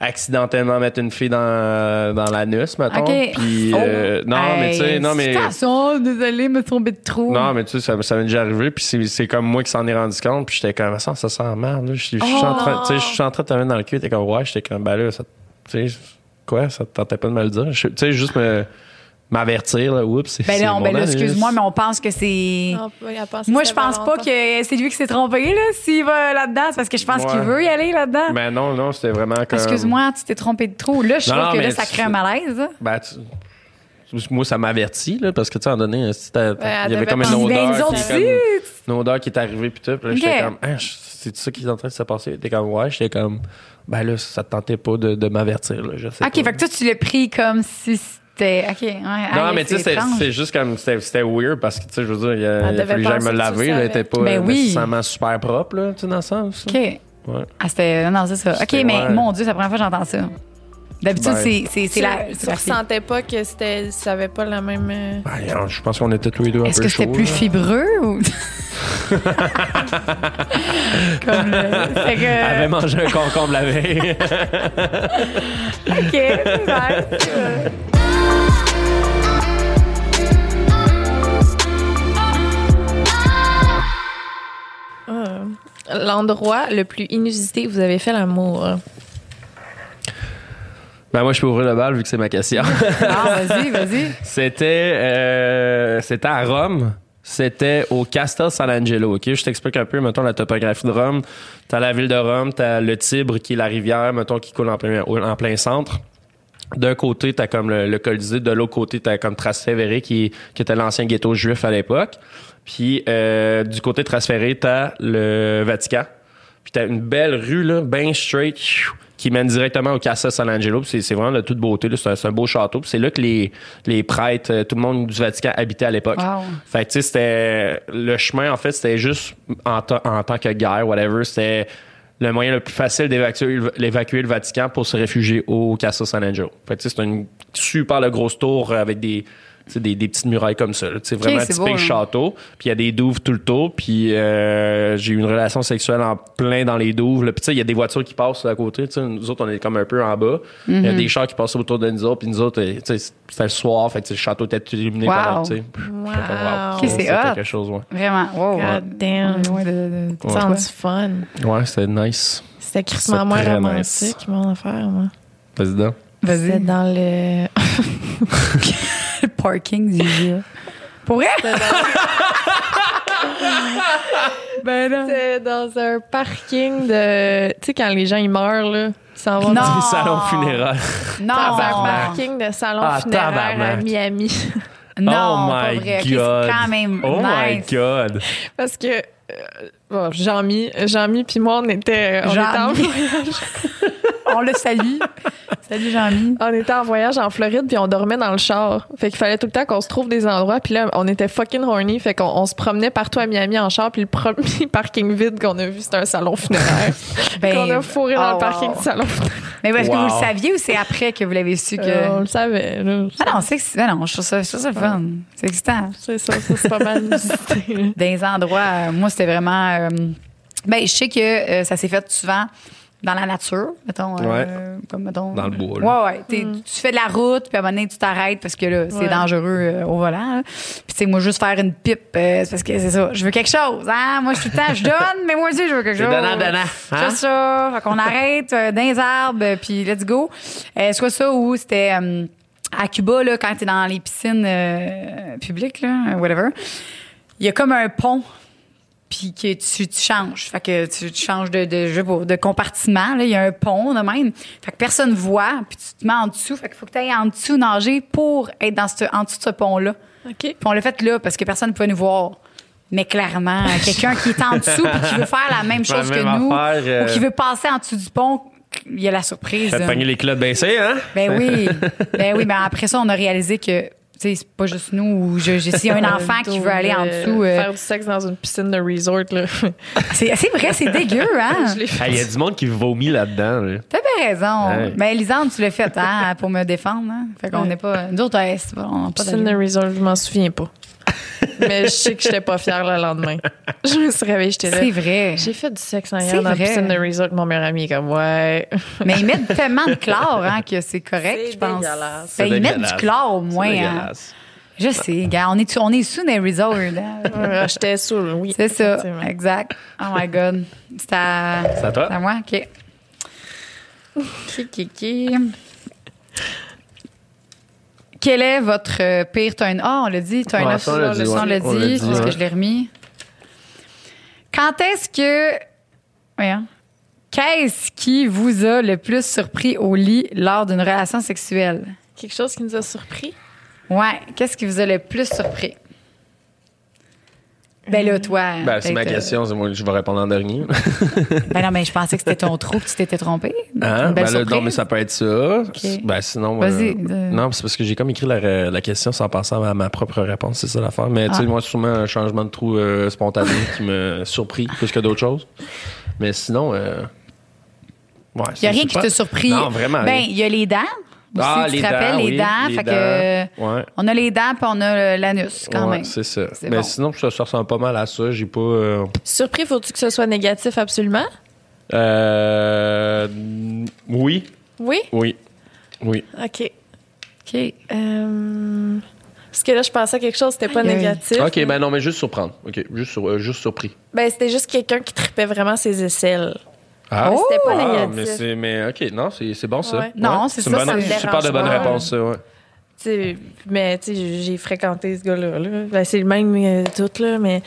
Accidentellement mettre une fille dans, dans l'anus, mettons.
OK.
Puis, euh,
Oh.
non, mais tu sais,
Hey,
non, mais.
De toute façon, désolé, me tromper de trou.
Non, mais tu sais, ça, ça m'est déjà arrivé, puis c'est, c'est comme moi qui s'en est rendu compte, puis j'étais comme, Ah, ça, ça sent mal, là. Je suis je suis en train, tu sais, je suis en train de te mettre dans le cul, t'es comme, ouais, j'étais comme, ben là, ça, tu sais, quoi, ça te tentait pas de me le dire? Je- Tu sais, juste me, m'avertir, là, oups, c'est
Ben
c'est
non,
mon
ben là,
anus.
excuse-moi, mais on pense que c'est. Moi, je pense pas que c'est lui qui s'est trompé, là, s'il va là-dedans. C'est parce que je pense
Ouais.
qu'il veut y aller là-dedans.
Ben non, non, c'était vraiment comme.
Excuse-moi, tu t'es trompé de trou. Là, je
Non,
trouve
non,
que là,
mais
ça
tu-
crée un malaise. hein.
Ben, tu, Moi, ça m'avertit, là, parce que, tu sais, à un moment donné, si t'as- t'as-
Ouais,
il y avait
elle
comme
devait
une
penser,
Ben, nous
odeur.
autres,
qui
c'est
est comme-
si,
une odeur qui est arrivée, puis tout. Puis là, j'étais
Ok.
comme, Hein, je- c'est ça qui est en train de se passer? T'es comme, ouais, j'étais comme, ben là, ça te tentait pas de, de m'avertir, là, je sais
OK,
pas.
fait que toi, tu l'as pris comme si c'était. OK, ouais.
Non,
aïe,
mais tu sais,
c'est
c'est-
étrange.
c'est juste comme, c'était c'était weird parce que, tu sais, je veux dire, il a,
Elle
il a fallu
devait
que j'aille
penser
me
que tu le
laver, là, elle
savais.
était pas
Ben
euh,
oui.
nécessairement super propre, là, tu sais, dans le sens. là.
OK.
Ouais.
Ah, c'était. Non, c'est ça. OK,
C'était-
mais
ouais.
mon Dieu, c'est la première fois que j'entends ça. D'habitude,
Ben.
c'est- c'est c'est la.
Tu-
c'est
Tu
la fille.
ressentais pas que c'était, ça avait pas la même. euh,
Ben, alors, je pense qu'on était tous les deux un peu
Est-ce que c'était
chauds,
plus
là.
fibreux ou. Comme le. Fait
Elle
que.
avait mangé un concombre la veille.
OK, nice.
ah. L'endroit le plus inusité où vous avez fait l'amour.
ben, moi, je peux ouvrir le bal vu que c'est ma question.
Ah, vas-y, vas-y.
C'était euh, c'était à Rome. C'était au Castel San Angelo, OK? Je t'explique un peu, mettons, la topographie de Rome. T'as la ville de Rome, t'as le Tibre, qui est la rivière, mettons, qui coule en plein, en plein centre. D'un côté, t'as comme le, le Colisée. De l'autre côté, t'as comme Trastevere, qui, qui était l'ancien ghetto juif à l'époque. Puis, euh, du côté de Trastevere, t'as le Vatican. Puis t'as une belle rue, là, ben straight, chiou, qui mène directement au Casa San Angelo. Puis c'est- c'est vraiment de toute beauté, là. C'est un, c'est un beau château. Puis c'est là que les, les prêtres, euh, tout le monde du Vatican habitait à l'époque.
Wow.
Fait que, tu sais, c'était. Le chemin, en fait, c'était juste en, ta- en tant que guerre, whatever. C'était le moyen le plus facile d'évacuer le- l'évacuer le Vatican pour se réfugier au Casa San Angelo. Fait que, tu sais, c'est une super le grosse tour avec des. tu sais, Des, des petites murailles comme ça. là. Tu sais, vraiment
c'est
typique
beau, hein.
château. Puis il y a des douves tout le tour. Puis euh, j'ai eu une relation sexuelle en plein dans les douves. là. Puis tu sais, il y a des voitures qui passent à côté. Tu sais, nous autres, on est comme un peu en bas. Il
Mhm.
y a des chars qui passent autour de nous autres. Puis nous autres, euh, tu sais, c'était le soir. Fait que tu sais, le château était tout illuminé.
Wow.
par- tu sais.
Wow.
J'étais comme, wow,
Ok,
c'est
c'est
hot.
quelque chose, ouais.
Vraiment. Wow.
God
On
damn.
est loin de- de- de-
Ça
toi.
du fun.
Ouais, c'était nice.
C'était crissement moins
C'est très
romantique, mon affaire, moi.
Président.
C'était
Vas-y.
dans le.
Le parking du jeu. Pour vrai? Ben non.
C'était dans un parking de. Tu sais, quand les gens ils meurent, là, ils s'en vont
Non.
dans
Du salon funéraire.
dans un
Non. ben,
parking de salon
Ah,
funéraire à
tabarnak.
Miami.
Non,
oh
pas
my
vrai. Ok, c'est
god.
quand même
oh
nice.
my god.
Parce que. euh, Bon, Jean-Mi, Jean-Mi puis moi, on était, on, était en,
Jean-Mi. On le salue. Salut Jean-Mi.
on était en voyage en Floride puis on dormait dans le char. Fait qu'il fallait tout le temps qu'on se trouve des endroits puis là, on était fucking horny. Fait qu'on on se promenait partout à Miami en char puis le premier parking vide qu'on a vu, c'était un salon funéraire. qu'on a fourré dans le
Oh,
parking
wow.
du salon funéraire.
Mais est-ce que vous
Wow.
le saviez ou c'est après que vous l'avez su que.
Euh, on le savait, là.
Ah non, c'est exci- ah non, je trouve ça, je trouve ça le fun. C'est excitant.
C'est ça, ça, c'est pas mal visité, là.
Dans les endroits, euh, moi, c'était vraiment. euh, ben, je sais que euh, ça s'est fait souvent dans la nature, mettons. euh, comme, mettons
Dans le bois, là. Mm.
Ouais, ouais. T'es- Tu fais de la route, puis à un moment donné, tu t'arrêtes parce que là, c'est
Ouais.
dangereux euh, au volant. là. Puis, tu sais, moi, juste faire une pipe, euh, c'est parce que c'est ça. Je veux quelque chose. Hein? Moi, je suis tout le temps, je donne, mais moi aussi, je veux quelque
C'est
chose.
donnant, donnant, hein?
Juste ça. Fait qu'on arrête euh, dans les arbres, euh, puis let's go. Euh, soit ça ou c'était. euh, à Cuba, là, quand t'es dans les piscines euh, publiques, là, whatever, il y a comme un pont puis que tu, tu changes. Fait que tu, tu changes de, de, je sais pas, de compartiment. Là. Il y a un pont de même. Fait que personne voit, puis tu te mets en dessous. Fait qu'il faut que tu ailles en dessous nager pour être dans ce, en dessous de ce pont-là.
OK.
Puis on l'a fait là parce que personne ne pouvait nous voir. Mais clairement, quelqu'un qui est en dessous puis qui veut faire la même chose
même
que nous
affaire, euh,
ou qui veut passer en dessous du pont, il y a la surprise.
T'as
là.
pogné les clubs baissés, hein?
Ben oui. ben oui, mais après ça, on a réalisé que tu sais, c'est pas juste nous ou je, je- s'il y a un enfant qui veut aller en dessous. euh,
Euh, Faire du sexe dans une piscine de resort, là.
c'est c'est vrai, c'est dégueu, hein?
Je l'ai fait.
Il y a du monde qui vomit là-dedans. là.
T'as bien raison.
Ouais.
Ben, Lisande, tu l'as fait hein, pour me défendre. Hein? Fait qu'on
Ouais.
n'est pas. Nous autres, ouais, c'est pas- on n'a pas
Piscine de
d'allure.
resort, je m'en souviens pas. Mais je sais que j'étais pas fière le lendemain. Je me suis réveillée, j'étais là.
C'est vrai.
J'ai fait du sexe en
C'est
hier dans la
vrai.
piscine de resort, mon meilleur ami est comme ouais.
Mais ils mettent tellement de chlore hein, que c'est correct,
C'est
je pense.
dégueulasse.
Ben, ils mettent du
dégueulasse.
chlore au
C'est
moins. Hein.
dégueulasse.
Je sais, gars. On est, on est sous les resorts. hein.
Euh, j'étais saoule, oui.
C'est ça.
effectivement.
Exact. Oh my God. C'est à.
C'est à toi?
C'est à moi? OK. Qui, qui, qui? Quel est votre euh, pire turn Ah, on l'a dit, turn
Ouais,
off.
ça, on l'a dit,
Ça, on
ouais.
l'a
On l'a
dit,
dit,
c'est parce
ouais.
que je l'ai remis. Quand est-ce que. Voyons. Qu'est-ce qui vous a le plus surpris au lit lors d'une relation sexuelle?
Quelque chose qui nous a surpris.
Ouais. Qu'est-ce qui vous a le plus surpris? Ben là, toi.
Ben, c'est ma
peut-être, euh,
question, c'est moi que je vais répondre en dernier.
Ben non, mais je pensais que c'était ton trou que tu t'étais trompé.
Hein?
Une belle
Ben là,
surprise.
non, mais ça peut être ça. Ben sinon.
Vas-y,
euh,
euh.
Non, c'est parce que j'ai comme écrit la, la question sans penser à ma propre réponse, c'est ça l'affaire. Mais tu sais,
Ah.
moi, sûrement un changement de trou euh, spontané qui me surprit plus que d'autres choses. Mais sinon. Euh... Ouais,
Il n'y a
c'est-
rien
c'est
qui
pas-
t'a surpris.
Non, vraiment.
Ben,
rien.
il y a les dents. Aussi,
Ah,
tu
les
te rappelles,
dents,
les
oui,
dents.
les
fait
dents.
que,
Ouais.
On a les dents, puis on a le- l'anus, quand
Ouais,
même.
C'est ça.
C'est
Mais
bon.
sinon, ça, ça ressemble pas mal à ça. J'ai pas. euh,
Surpris, faut-tu que ce soit négatif absolument?
euh, Oui,
Oui?
oui, oui.
OK.
OK.
Euh, Parce que là, je pensais à quelque chose, c'était pas
Aïe, aïe.
négatif.
Ok, ben non, mais juste surprendre. Ok, juste, sur- euh, juste surpris.
Ben, c'était juste quelqu'un qui tripait vraiment ses aisselles.
Ah,
Oh!
Mais c'était pas
Ah,
négatif.
mais c'est mais ok non c'est c'est bon ça.
Ouais.
Non, c'est
une
ça, ça
bonne-
me
super
dérange
de bonne
pas.
réponse ça. Ouais.
Tu sais, mais tu sais, j'ai fréquenté ce gars-là. là. Ben, c'est le même euh, tout, là, mais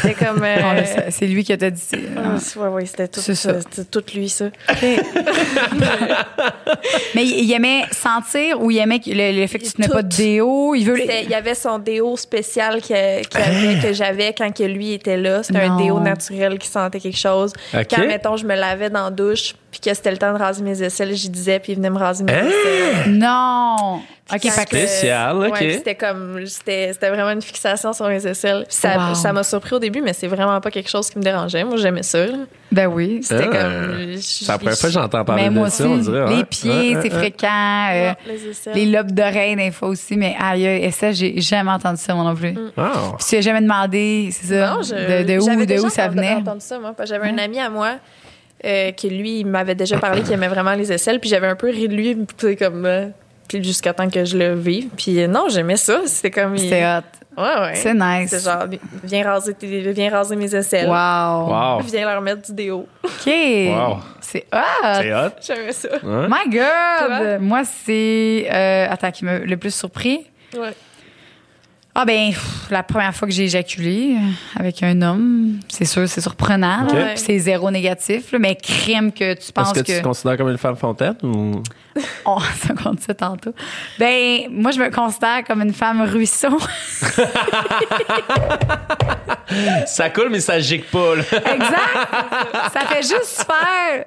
c'était comme. euh,
On le sait, C'est lui qui t'a dit. c'est-
Ah, c'est- ouais, ouais, c'était tout,
C'est
ça,
ça.
c'était tout lui, ça.
Mais il il aimait sentir ou il aimait que- le, le fait que tu tenais
Tout.
pas de déo. Il veut.
C'était- Il y avait son déo spécial que, qu'il avait- que j'avais quand que lui était là. C'était un
Non.
déo naturel qui sentait quelque chose.
Ok.
Quand, mettons, je me lavais dans la douche, puis que c'était le temps de raser mes aisselles, j'y disais, puis il venait me raser mes
Hein?
aisselles.
Non. OK,
Quand
fait
que-
que-
Spécial,
ouais,
ok.
puis c'était comme, c'était c'était vraiment une fixation sur mes aisselles. Puis ça
Wow.
ça m'a surpris au début, mais c'est vraiment pas quelque chose qui me dérangeait. Moi, j'aimais ça. là.
Ben oui.
C'était
Ah.
comme. euh, je-
C'est la première fois que j'entends parler
Mais
de
moi aussi.
ça. on dirait,
les
ouais.
pieds,
Ouais,
c'est
ouais, ouais.
fréquent. euh,
Non, les aisselles.
les lobes d'oreilles, des fois aussi. Mais aïe, aïe, et ça, j'ai jamais entendu ça, moi non
Mm.
plus.
Ah.
Puis tu as jamais demandé, c'est ça,
Non, je-
de, de
j'avais
où, de
déjà
où ça
entendu-
venait.
entendu ça, moi, parce que j'avais un
Ouais.
ami à moi euh, qui, lui, il m'avait déjà parlé qu'il aimait vraiment les aisselles, puis j'avais un peu ri de lui, puis c'est comme... euh, puis jusqu'à temps que je le vive. Puis euh, non, j'aimais ça. C'était comme... il-
C'était hot.
Ouais, ouais.
C'est nice.
C'était genre, viens raser, tes- viens raser mes aisselles.
Wow.
Wow.
Viens leur mettre du déo.
OK.
Wow.
C'est hot.
C'est hot.
J'aimais ça.
hein?
My God.
Toi?
Moi, c'est. euh, attends, qui m'a le plus surpris?
Ouais.
Ah, ben, pff, la première fois que j'ai éjaculé avec un homme, c'est sûr, c'est surprenant. là.
OK.
Ouais.
Puis C'est zéro négatif, là, mais crime que tu penses
Est-ce que, tu te considères comme une femme fontaine ou
On ça compte ça tantôt. Ben, moi, je me considère comme une femme ruisseau.
ça coule mais ça gicle pas là.
exact. Ça fait juste faire.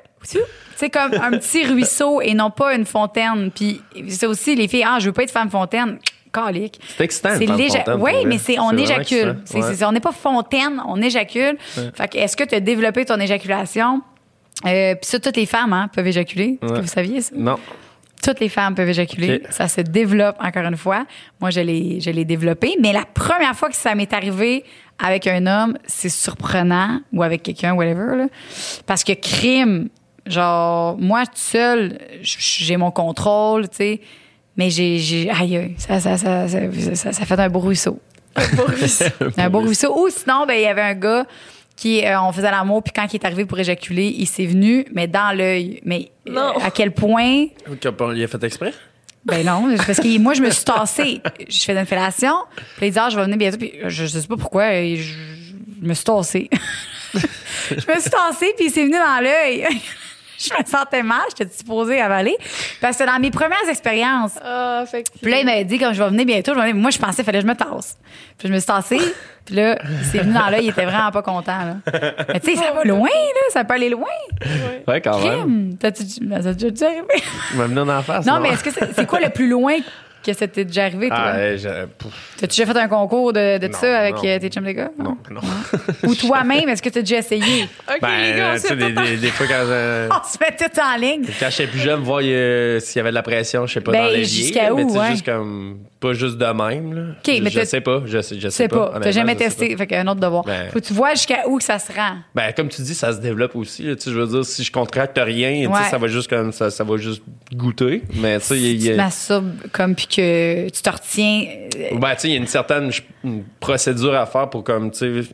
C'est comme un petit ruisseau et non pas une fontaine. Puis c'est aussi les filles. Ah, je veux pas être femme fontaine. Calique.
C'est excitant. une
C'est
femme
l'éja-
fontaine,
Oui,
pour
mais
vrai.
c'est on
vraiment
éjacule.
excitant.
C'est-
Ouais.
c'est ça. on n'est pas fontaine, on éjacule. Fait que est-ce que tu as développé ton éjaculation? Euh, Puis ça, toutes les femmes hein, peuvent éjaculer. Est-ce
Ouais.
que vous saviez ça?
Non.
Toutes les femmes peuvent éjaculer.
Ok.
Ça se développe, encore une fois. Moi, je l'ai, je l'ai développé. Mais la première fois que ça m'est arrivé avec un homme, c'est surprenant, ou avec quelqu'un, whatever. là. Parce que crime, genre, moi, toute seule, j- j'ai mon contrôle, tu sais. Mais j'ai. j'ai aïe, aïe, ça, ça, ça, ça, ça, ça- ça fait un beau ruisseau. Un beau ruisseau. Ou sinon, ben, il y avait un gars qui, euh, on faisait l'amour, puis quand il est arrivé pour éjaculer, il s'est venu, mais dans l'œil. Mais euh,
Non.
à quel point.
Il a fait exprès?
Ben non, parce que moi, je me suis tassée. Je faisais une fellation. Puis il dit, ah, je vais venir bientôt. Puis je, je sais pas pourquoi, et je, je me suis tassée. je me suis tassée, puis c'est venu dans l'œil. je me sentais mal, j'étais supposée avaler. Parce que dans mes premières expériences,
Ah, fait que...
puis là, il m'avait dit, quand je vais venir bientôt, je vais venir. moi, je pensais qu'il fallait que je me tasse. Puis je me suis tassée. Puis là, il s'est venu dans l'œil, il était vraiment pas content. Là. Mais tu sais, ça va loin, là, ça peut aller loin.
Ouais, quand même.
Crime! T'as-tu ben, ça t'est déjà arrivé?
Il m'a mené dans la face.
Non, mais est-ce que c'est c'est quoi le plus loin que ça t'est déjà arrivé, toi?
Ah, ouais, j'ai- pouf,
T'as-tu déjà fait un concours de, de
Non,
ça avec
non.
euh, tes chums de gars?
non, non.
Ou toi-même, est-ce que t'as déjà essayé?
OK, les
Ben,
gars,
euh,
on
tu
s'est
sais, des,
pas
des, des fois quand je-
On se met tout en ligne.
Quand j'étais plus jeune, voir euh, s'il y avait de la pression, je sais pas,
Ben,
dans l'évier.
jusqu'à
là, mais
où,
tu sais,
ouais.
juste comme, pas juste de même, là.
OK,
je,
mais
je
t'as-
sais pas, je sais, je
Je
sais
sais
pas.
pas. T'as
honnêtement,
jamais
je sais
testé.
pas.
Fait qu'un autre devoir.
Ben.
Faut que tu vois jusqu'à où que ça se rend.
Ben, comme tu dis, ça se développe aussi, là, tu sais, je veux dire, si je contracte rien, tu sais,
Ouais.
ça va juste comme, ça, ça va juste goûter, mais tu sais, il y a- il
Tu
y
te
a...
masturbes comme puis que tu te retiens. euh,
Ben, tu sais, il y a une certaine je- une procédure à faire pour comme, tu sais,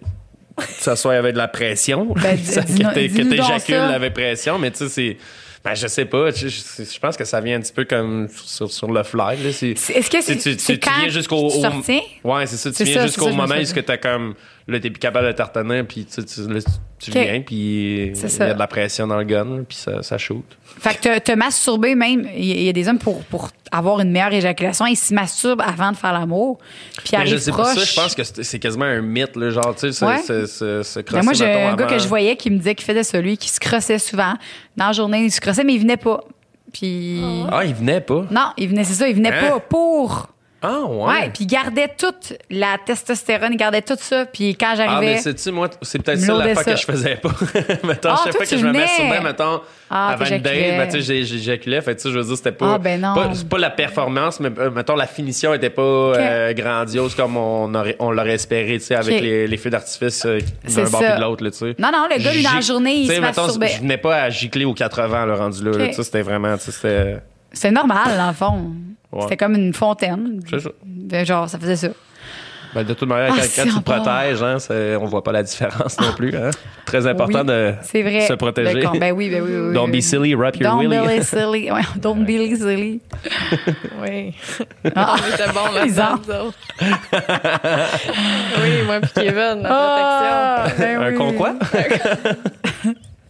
que ça soit avec de la pression,
Ben,
Ça,
dis- dis-nous-
que t'é- que
dis-nous donc
t'éjacules
ça.
avec pression, mais tu sais, c'est... Ben, je sais pas. Je, je- je pense que ça vient un petit peu comme sur, sur le fly. Là. C'est,
C'est- est-ce que c'est-
tu, tu-
c'est
tu
quand
viens jusqu'au.
tu
au-
sortis?
Ouais, c'est ça. Tu
C'est ça,
viens
c'est ça,
jusqu'au
je me
moment où
souviens.
est-ce que t'as comme. Là, t'es plus capable de tartiner, puis tu, tu, là, tu- tu
Ok.
viens, puis il
C'est
y
ça.
a de la pression dans le gun, puis ça, ça shoot.
Fait que te, te masturber même, il y, il y a des hommes pour, pour avoir une meilleure éjaculation, ils se masturbent avant de faire l'amour. Puis
Mais je
arrivent
sais
proche.
pas ça, je pense que c'est, c'est quasiment un mythe, là, genre, tu sais, c'est,
Ouais.
c'est, c'est, c'est
Ben,
crosser,
moi, j'ai
mettons,
un gars
avant.
que je voyais qui me disait qu'il faisait celui qui se crossait souvent. Dans la journée, il se crossait, mais il venait pas. Puis.
Ah, il venait pas.
Non, il venait, c'est ça, il venait
Hein?
pas pour.
Ah, ouais.
Ouais, puis il gardait toute la testostérone, il gardait tout ça. Puis quand
Ah, mais
j'arrivais.
sais-tu, moi, c'est peut-être
me
ça
loadait
la fois
ça.
que je faisais pas. mettons,
Ah,
je sais
toi,
pas
tu
que je me
venais.
masturbais, mettons,
Ah,
avant une date,
t'éjaculais.
ben, tu sais, j'ai- j'éjaculais. Fait, que, tu sais, je veux dire, c'était pas,
Ah, ben non.
pas, c'est pas la performance, mais, euh, mettons, la finition était pas euh, grandiose comme on, aurait- on l'aurait espéré, tu sais, avec
Ok.
les, les feux d'artifice euh,
C'est
d'un bord
ça.
et de l'autre, là, tu sais.
Non, non, le gars, lui, dans la
J'ai-
journée, il
tu sais,
se
mettons,
masturbait.
Je venais pas à gicler aux 80, le rendu là, là,
Ok.
tu sais, c'était vraiment, tu sais, c'était...
C'est normal, dans le fond.
Ouais.
C'était comme une fontaine.
C'est ça.
De- Genre, ça faisait ça.
Ben, de toute manière,
Ah,
quand,
c'est
quand tu
en
te protèges, hein, c'est- on voit pas la différence non plus. Hein? Très important
Oui,
de
C'est vrai.
se protéger.
Le con- Ben oui, ben oui, oui, oui,
Don't
oui.
be silly, wrap your
Don't
willy.
be silly. Ouais, don't be silly.
Oui.
Ah.
On était bons là
Ils ont.
Oui, moi puis Kevin, la
Ah, ben
Un
oui.
con quoi?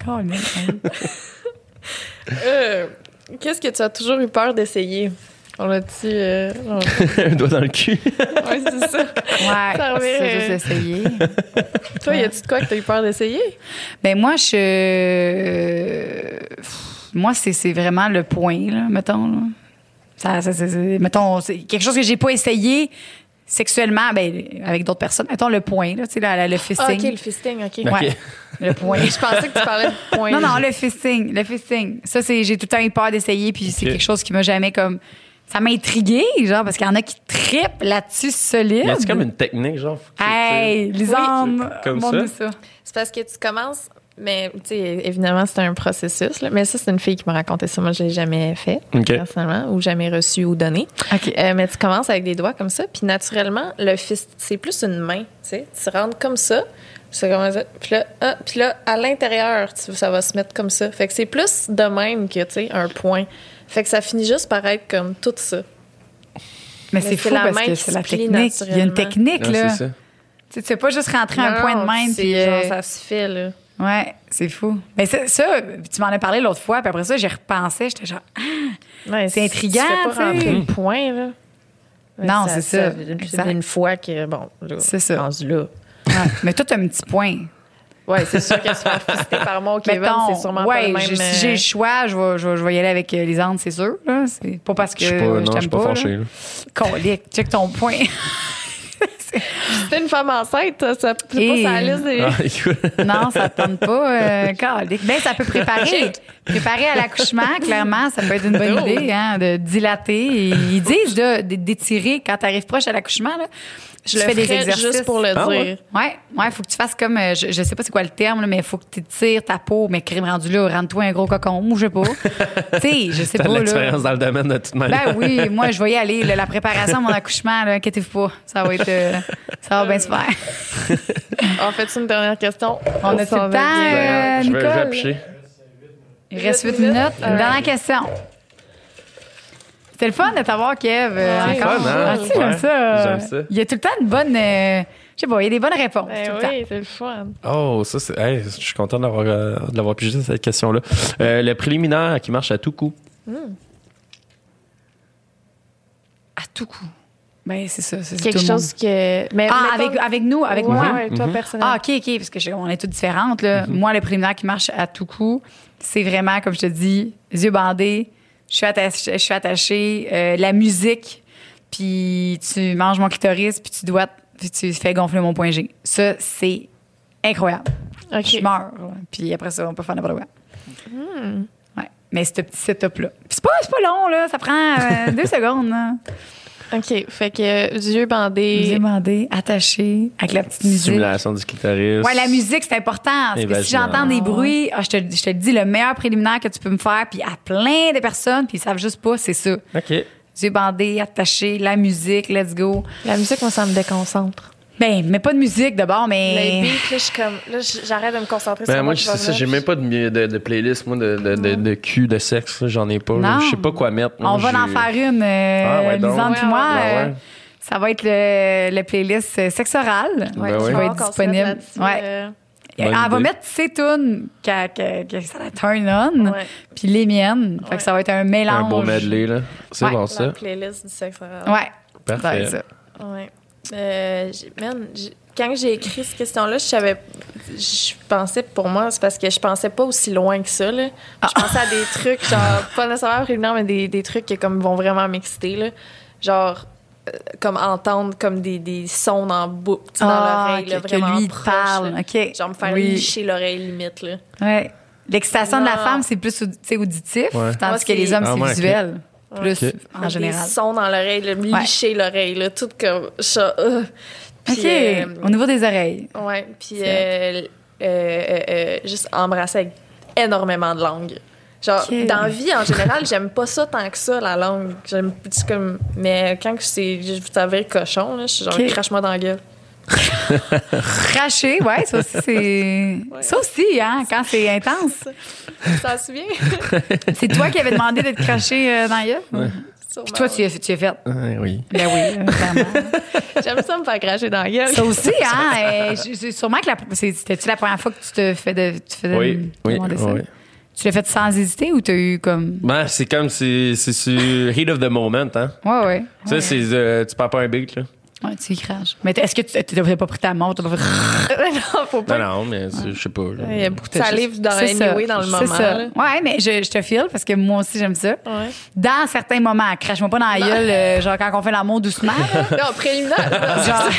Colin, hein.
protection. Euh, Qu'est-ce que tu as toujours eu peur d'essayer? On l'a dit. euh, on-
Un doigt dans le cul.
ouais, c'est ça. Ça
Ouais,
revient.
c'est juste essayer.
Toi, y a-tu de quoi que t'as eu peur d'essayer?
Ben moi, je. euh, pff, Moi, c'est c'est vraiment le point, là, mettons. là. Ça, ça- ça- ça- mettons, c'est quelque chose que j'ai pas essayé sexuellement, ben, avec d'autres personnes. Mettons le point, là, tu sais, la- la- le
Ah, ok,
fisting.
le fisting, ok.
Ok.
Ouais, le point.
Je pensais que tu parlais de point.
Non, non, le fisting. Le fisting. Ça, c'est, j'ai tout le temps eu peur d'essayer, puis c'est
Ok.
quelque chose qui m'a jamais comme. Ça m'a intrigué, genre, parce qu'il y en a qui trippent là-dessus solide.
Y a-tu comme une technique, genre? faut que tu-
Hey, les
Oui.
hommes,
Comme
montre-nous ça.
C'est parce que tu commences, mais tu sais, évidemment, c'est un processus. là. Mais ça, c'est une fille qui m'a raconté ça. Moi, je l'ai jamais fait,
Ok.
personnellement, ou jamais reçu ou donné.
OK.
Euh, mais tu commences avec des doigts comme ça, puis naturellement, le fist, c'est plus une main, tu sais. Tu rentres comme ça, ça commence ça, puis là, ah, puis là, à l'intérieur, tu- ça va se mettre comme ça. Fait que c'est plus de même que, tu sais, un point. Fait que ça finit juste par être comme tout ça.
Mais, c'est fou
la
parce
main
que
qui
c'est
se
la
plie
technique. Il y a une
naturellement.
technique,
Ouais,
là.
c'est ça.
Tu sais, pas juste rentrer un
Non,
point de main,
c'est
puis...
genre,
euh,
ça se fait, là.
Ouais, c'est fou. Mais ça, ça, tu m'en as parlé l'autre fois, puis après ça, j'ai repensé, j'étais genre... Ah,
Ouais,
C'est
si tu
intriguant,
fais
tu sais.
pas rentrer le point, là. Ouais,
Non, c'est ça.
C'est
Exact.
une fois que, bon, là,
C'est ça.
rendu là.
ouais. ah, Mais toi, t'as un petit point.
Ouais, c'est sûr qu'elle se fait fister par moi au Kevin,
Mettons,
c'est sûrement pas
ouais,
le même. euh,
j'ai- si j'ai le choix, je vais, je, vais- je vais y aller avec euh, les Andes, c'est sûr. là. C'est pas parce que
Je suis pas,
euh,
non,
je
je
t'aime
suis pas
pas.
fâché.
là.
là.
Colique, check ton point.
euh, t'es une femme enceinte, ça, ça- c'est
Et-
pas sa liste des...
Ah, écoute.
non, ça te tente pas. Euh, colique. Ben, ça peut préparer. préparer à l'accouchement, clairement, ça peut être une bonne
Oh.
idée hein, de dilater. Et ils disent de- de- d'étirer quand t'arrives proche à l'accouchement. là,
Je
tu
le
fais des
ferais
exercices.
juste pour le
Ah,
dire.
ouais.
Ouais, ouais, faut que tu fasses comme, euh, je, je sais pas c'est quoi le terme, là, mais faut que tu tires ta peau, mais crime rendu là, rende-toi un gros cocon, ou je sais pas. tu sais, je sais
T'as
pas.
de
là.
l'expérience dans le domaine de toute manière.
Ben oui, moi, je vais y aller. là, la préparation à mon accouchement, là, inquiétez-vous pas. Ça va être. euh, ça va bien se faire.
En fait, c'est une dernière question.
On a
s'en
tout le
va
temps,
bien.
euh,
je vais, je vais
Nicole.
picher.
Il reste 8
Huit
minutes.
minutes.
Une dernière question. C'était le fun de t'avoir, Kev. euh,
Ouais,
encore.
fun, hein?
Ah, tu sais, j'aime
Ouais,
ça.
j'aime ça.
Il y a tout le temps une bonne. euh, je sais pas, il y a des bonnes réponses. tout
Ben
le temps.
oui, c'est le fun.
Oh, ça, c'est. hey, je suis content d'avoir, euh, de l'avoir pigé cette question-là. Euh, le préliminaire qui marche à tout coup.
À tout coup. Ben, c'est ça. c'est
Quelque
tout le
chose que... Mais,
monde. Ah,
mettons-
avec, avec nous, avec
Ouais,
moi.
ouais, toi, personnellement.
Ah, OK, OK, parce que je- on est toutes différentes. Là. Moi, le préliminaire qui marche à tout coup, c'est vraiment, comme je te dis, les yeux bandés, je suis attachée, je suis attachée euh, la musique, puis tu manges mon clitoris, puis tu dois, puis tu fais gonfler mon point G. Ça, c'est incroyable.
Ok.
Je meurs. là. Puis après ça, on peut faire n'importe quoi.
Hmm.
Ouais. Mais ce petit setup-là. Puis c'est pas, c'est pas long, là. Ça prend euh, deux secondes. là.
OK, fait que euh, yeux
Les
bandés...
yeux bandés, attachés, avec la petite musique.
Simulation du clitoris.
Ouais, la musique, c'est important. Parce
Et
que si
vaginal.
j'entends des bruits, ah, je, te, je te le dis, le meilleur préliminaire que tu peux me faire, puis à plein de personnes, puis ils savent juste pas, c'est ça.
OK.
Yeux bandés, attachés, la musique, let's go.
La musique, moi, ça me déconcentre.
Ben, mais pas de musique d'abord,
Le
mais.
beat, là, je suis comme. Là, je- j'arrête de me concentrer
Ben,
sur
moi,
qui
je
va
sais ça,
venir.
j'ai même pas de, de, de playlist, moi, de, de, de, de cul, de sexe, là, j'en ai pas. là.
Non.
Je sais pas quoi mettre.
On
moi,
va en
Oh, j'ai-
faire une,
Ah,
euh,
ouais, donc. Ah,
Lisande puis
Ouais,
moi.
ouais.
euh,
Ouais.
Ça va être le, le playlist euh, sexe oral
Ben ouais.
qui va être
Encore se mettre
disponible.
là-dessus,
Ouais.
euh,
Elle
Bonne
va
idée.
mettre ses tunes que, que, que ça la turn on,
ouais,
puis les miennes. Fait que ça va être un
Un
mélange.
beau medley, là. C'est
Ouais.
bon,
la
ça.
playlist du sexe oral.
Ouais.
Parfait.
Ça va être ça.
Ouais. Euh, j'ai- man, j'ai- quand j'ai écrit cette question-là, je savais. Je pensais, pour moi, c'est parce que je pensais pas aussi loin que ça. Là.
Ah.
Je pensais à des trucs, genre, pas nécessairement préliminaires, mais des, des trucs qui comme, vont vraiment m'exciter. là. Genre, euh, comme entendre comme des, des sons dans, la bou- tu sais, dans
Ah,
l'oreille, là,
que, que
vraiment
lui, il
proche,
parle.
là.
OK.
Genre, me faire
Oui.
licher l'oreille limite. Là.
Ouais. L'excitation de la
Non.
femme, c'est plus audi- tu sais, auditif,
Ouais.
Moi,
tandis que les
c'est-
hommes,
Ah,
c'est
ouais, ok.
visuel. Plus
Ok.
en général.
Des sons dans l'oreille, là, me
Ouais.
licher l'oreille, là, tout comme ça. euh. Puis,
OK.
euh,
Au niveau des oreilles.
Ouais, puis
C'est
euh, euh, euh, euh, juste embrasser avec énormément de langues. Genre,
Ok.
dans la vie, en général, j'aime pas ça tant que ça, la langue. J'aime c'est comme. Mais quand que c'est. Je vous savez, le cochon, là, je suis genre,
Ok.
crache-moi dans la gueule.
Cracher, ouais, ça aussi, c'est.
Ouais.
Ça aussi, hein, quand c'est intense.
Ça se souvient?
C'est toi qui avais demandé d'être craché euh, dans l'œuf? Puis toi, tu as, tu as fait.
Ouais, Ah, oui.
Ben oui, euh, clairement.
J'aime ça me faire cracher dans la gueule.
Ça aussi, hein? euh, je- c'est sûrement que la, c'est- c'était-tu la première fois que tu te fais de, tu faisais
Oui, oui,
demander ça?
oui.
Tu l'as fait sans hésiter ou t'as eu comme.
Ben, c'est comme, c'est c'est sur heat of the moment, hein.
Ouais, ouais.
Tu sais, c'est, euh, tu perds pas un beat, là.
Ouais, tu y craches. Mais t- est-ce que tu tu t'aurais pas pris ta montre? t'aurais pas-
non, faut
Non,
pas.
non, mais c'est- je sais pas. là.
Il y a beaucoup de
Ça
choses.
livre dans,
C'est ça,
anyway, dans le
c'est
moment.
ça.
là.
Ouais, mais je, je te file parce que moi aussi, j'aime ça.
Ouais.
Dans certains moments, crache-moi pas dans la gueule, euh, genre quand on fait l'amour doucement. là.
Non, préliminaire.
Genre.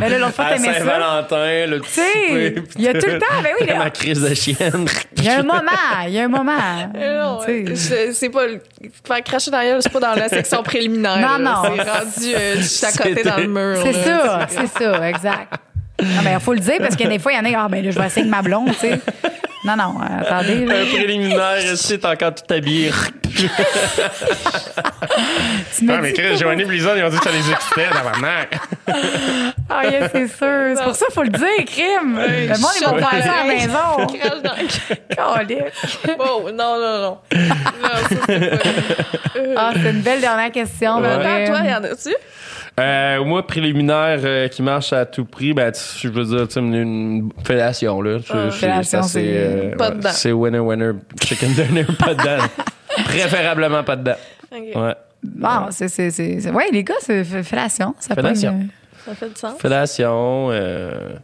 mais là, l'autre fois,
À
t'aimais ça.
Saint-Valentin, le petit
sais,
souper,
il y a
puis
tout le temps, ben oui,
t'as
là.
ma crise de chienne.
Il y a un moment, il y a un moment.
Non,
Tu sais.
je- c'est pas. le- Faire cracher dans la gueule, c'est pas dans la section préliminaire. là.
Non, non.
C'est rendu. euh, je suis à côté dans le mur.
C'est
là.
ça, c'est ça, exact. Non, mais il faut le dire parce que des fois, il y en a, ah, ben là, je vais essayer avec ma blonde, tu sais. Non, non, euh, attendez. là.
un préliminaire, tu sais, t'es encore tout habillé.
Tu me dis-
Chris, Joanny Blizzard, ils ont dit que ça les excitait dans ma mère.
Ah, yeah, c'est sûr. C'est pour ça qu'il faut le dire, crime. le monde, ils vont
chaud,
faire ça à la
ouais.
maison.
Crache dans la gueule.
Calique.
Wow, non, non, non. Non, ça, c'est pas- Euh,
Ah, c'est une belle dernière question.
mais
pour
Attends,
vrai.
toi, il y en a-tu?
Euh, moi, préliminaire euh, qui marche à tout prix, ben, tu- je veux dire, tu sais, une, une fellation, là. Tu-
Ah.
c'est-
Fellation,
ça, c'est,
c'est
euh,
pas
ouais,
dedans.
C'est winner, winner, chicken dinner, pas dedans. Préférablement pas dedans.
Ok,
Ouais.
Bon, c'est, c'est, c'est, c'est- Ouais, les gars, c'est f- fellation. Ça
Fellation.
pogne,
ça fait du sens.
Fellation, euh,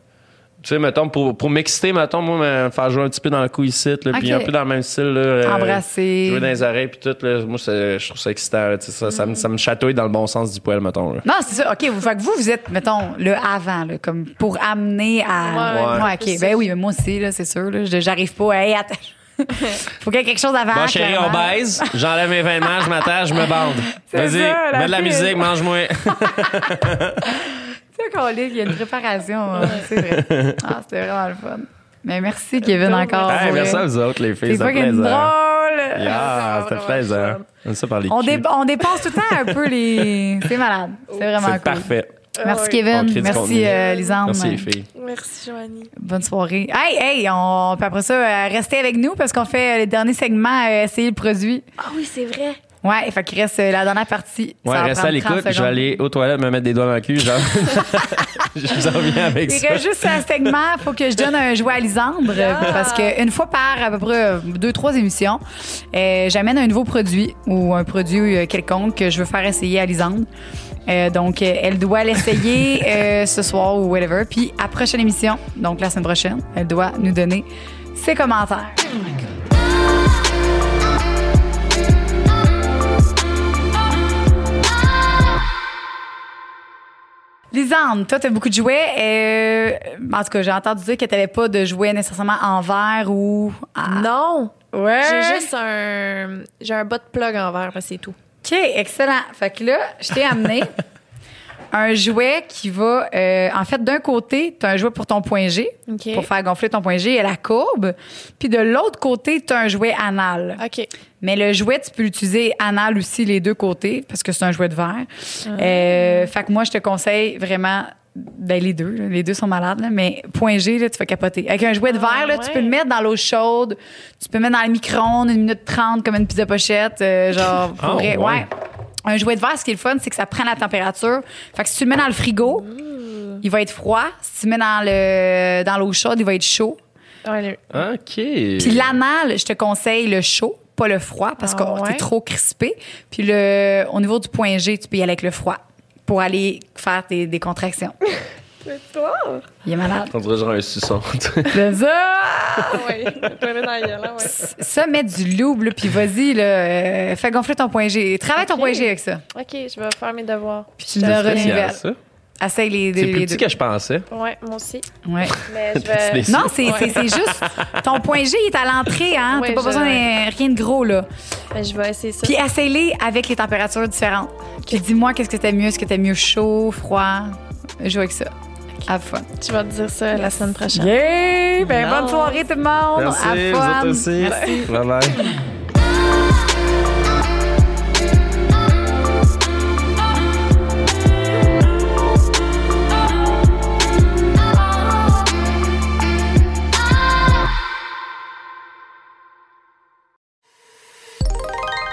tu sais, mettons, pour, pour m'exciter, mettons, moi, me faire jouer un petit peu dans le coup ici, là, puis
Ok.
un peu dans le même style, là. euh,
euh, Embrasser.
Jouer dans les oreilles, puis tout, là, moi, c'est- je trouve ça excitant, là, tu sais, ça, ça, me, ça me chatouille dans le bon sens du poil, mettons, là.
Non, c'est ça. OK, vous, fait que vous, vous êtes, mettons, le avant, là, comme pour amener à.
Ouais.
Ouais, OK. Ben oui, mais moi aussi, là, c'est sûr. Là, je- j'arrive pas à. Hey, attends. Faut qu'il y ait quelque chose avant.
Bon, chérie, on
Ah, clairement.
baise. J'enlève mes vêtements, je m'attache, je me bande.
C'est
Vas-y,
ça, la
mets de la
fille.
musique, mange-moi.
Tu sais, qu'on lit, il y a une préparation. hein, c'est vrai. Ah, c'était vraiment le fun. Mais merci, Kevin, encore.
Hey,
pour
merci
vrai.
à vous autres, les filles.
C'est
Ça fait
fucking
plaisir.
drôle.
Yeah,
Ça
ça
fait
fait
vraiment
plaisir.
chouette.
On ça par les
On,
culs.
dé- on dépense tout le temps un peu les. C'est malade. C'est vraiment
C'est
cool.
parfait.
Merci,
Ah oui.
On crée
Kevin.
du contenu.
Merci, euh, Lisande.
Merci, les filles.
Merci, Joanie.
Bonne soirée. Hey, hey, on... puis après ça, euh, restez avec nous parce qu'on fait euh, le dernier segment, euh, essayer le produit.
Ah oui, c'est vrai.
Ouais, fait qu'il reste euh, la dernière partie. Ça
Ouais,
va
restez à
prendre
l'écoute.
30
Je vais aller aux toilettes, me mettre des doigts dans le cul. Genre. je vous en reviens avec
Il
ça.
reste juste un segment, faut que je donne un jouet à Lisandre euh, parce que une fois par à peu près euh, deux trois émissions, euh, j'amène un nouveau produit ou un produit euh, quelconque que je veux faire essayer à Lisandre. Euh, donc euh, elle doit l'essayer euh, ce soir ou whatever. Puis à prochaine émission, donc la semaine prochaine, elle doit nous donner ses commentaires. Lisande, toi, t'as beaucoup de jouets. euh, en tout cas, j'ai entendu dire que t'avais pas de jouets nécessairement en verre ou. en-
Non,
Ouais.
j'ai juste un. J'ai un bas de plug en verre, mais c'est tout.
OK, excellent. Fait que là, je t'ai amené un jouet qui va. euh, en fait, d'un côté, t'as un jouet pour ton point G,
OK.
pour faire gonfler ton point G et la courbe. Puis de l'autre côté, t'as un jouet anal.
OK.
Mais le jouet, tu peux l'utiliser anal aussi, les deux côtés, parce que c'est un jouet de verre. Euh, fait que moi, je te conseille vraiment Ben, les deux, là. les deux sont malades, là, mais point G, là, tu vas capoter. Avec un jouet de verre, là, tu peux le mettre dans l'eau chaude, tu peux le mettre dans le micro-ondes une minute trente comme une pizza pochette, euh, genre, pour
Ah,
vrai.
ouais.
ouais. Un jouet de verre, ce qui est le fun, c'est que ça prend la température. Fait que si tu le mets dans le frigo, il va être froid. Si tu le mets dans le dans l'eau chaude, il va être chaud.
Ouais, le-
OK.
Puis l'anal, je te conseille le chaud, pas le froid, parce
Ah,
que
ouais?
t'es trop crispé. Puis le, au niveau du point G, tu peux y aller avec le froid pour aller faire des, des contractions.
C'est toi?
Il est malade.
On dirait genre un suçon.
C'est ça!
Ah oui, je te mets dans la gueule, là, ouais.
Ça, mets du louble, là, puis vas-y, là, euh, fais gonfler ton point G. Travaille ton
Ok.
point G avec ça.
Ok, je vais faire mes devoirs.
Puis tu me renouvelles.
ça.
Essaye les,
C'est
les,
plus
les
petit
deux.
que je pensais.
Ouais, moi aussi.
Ouais.
Mais je
Petit
vais.
dessin.
Non, c'est c'est- c'est juste ton point G est à l'entrée, hein.
Ouais,
T'as pas
je-
besoin de rien de gros, là.
mais je vais essayer ça.
Puis essaye-les avec les températures différentes. Puis dis-moi qu'est-ce que t'aimes mieux. Est-ce que t'aimes mieux chaud, froid? Joue avec ça. Have fun.
Tu vas te dire ça la semaine prochaine.
Yay! Ben, bonne soirée tout le monde.
Merci,
Have
vous
fun.
autres aussi. Bye bye.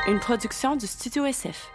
Une production du Studio SF.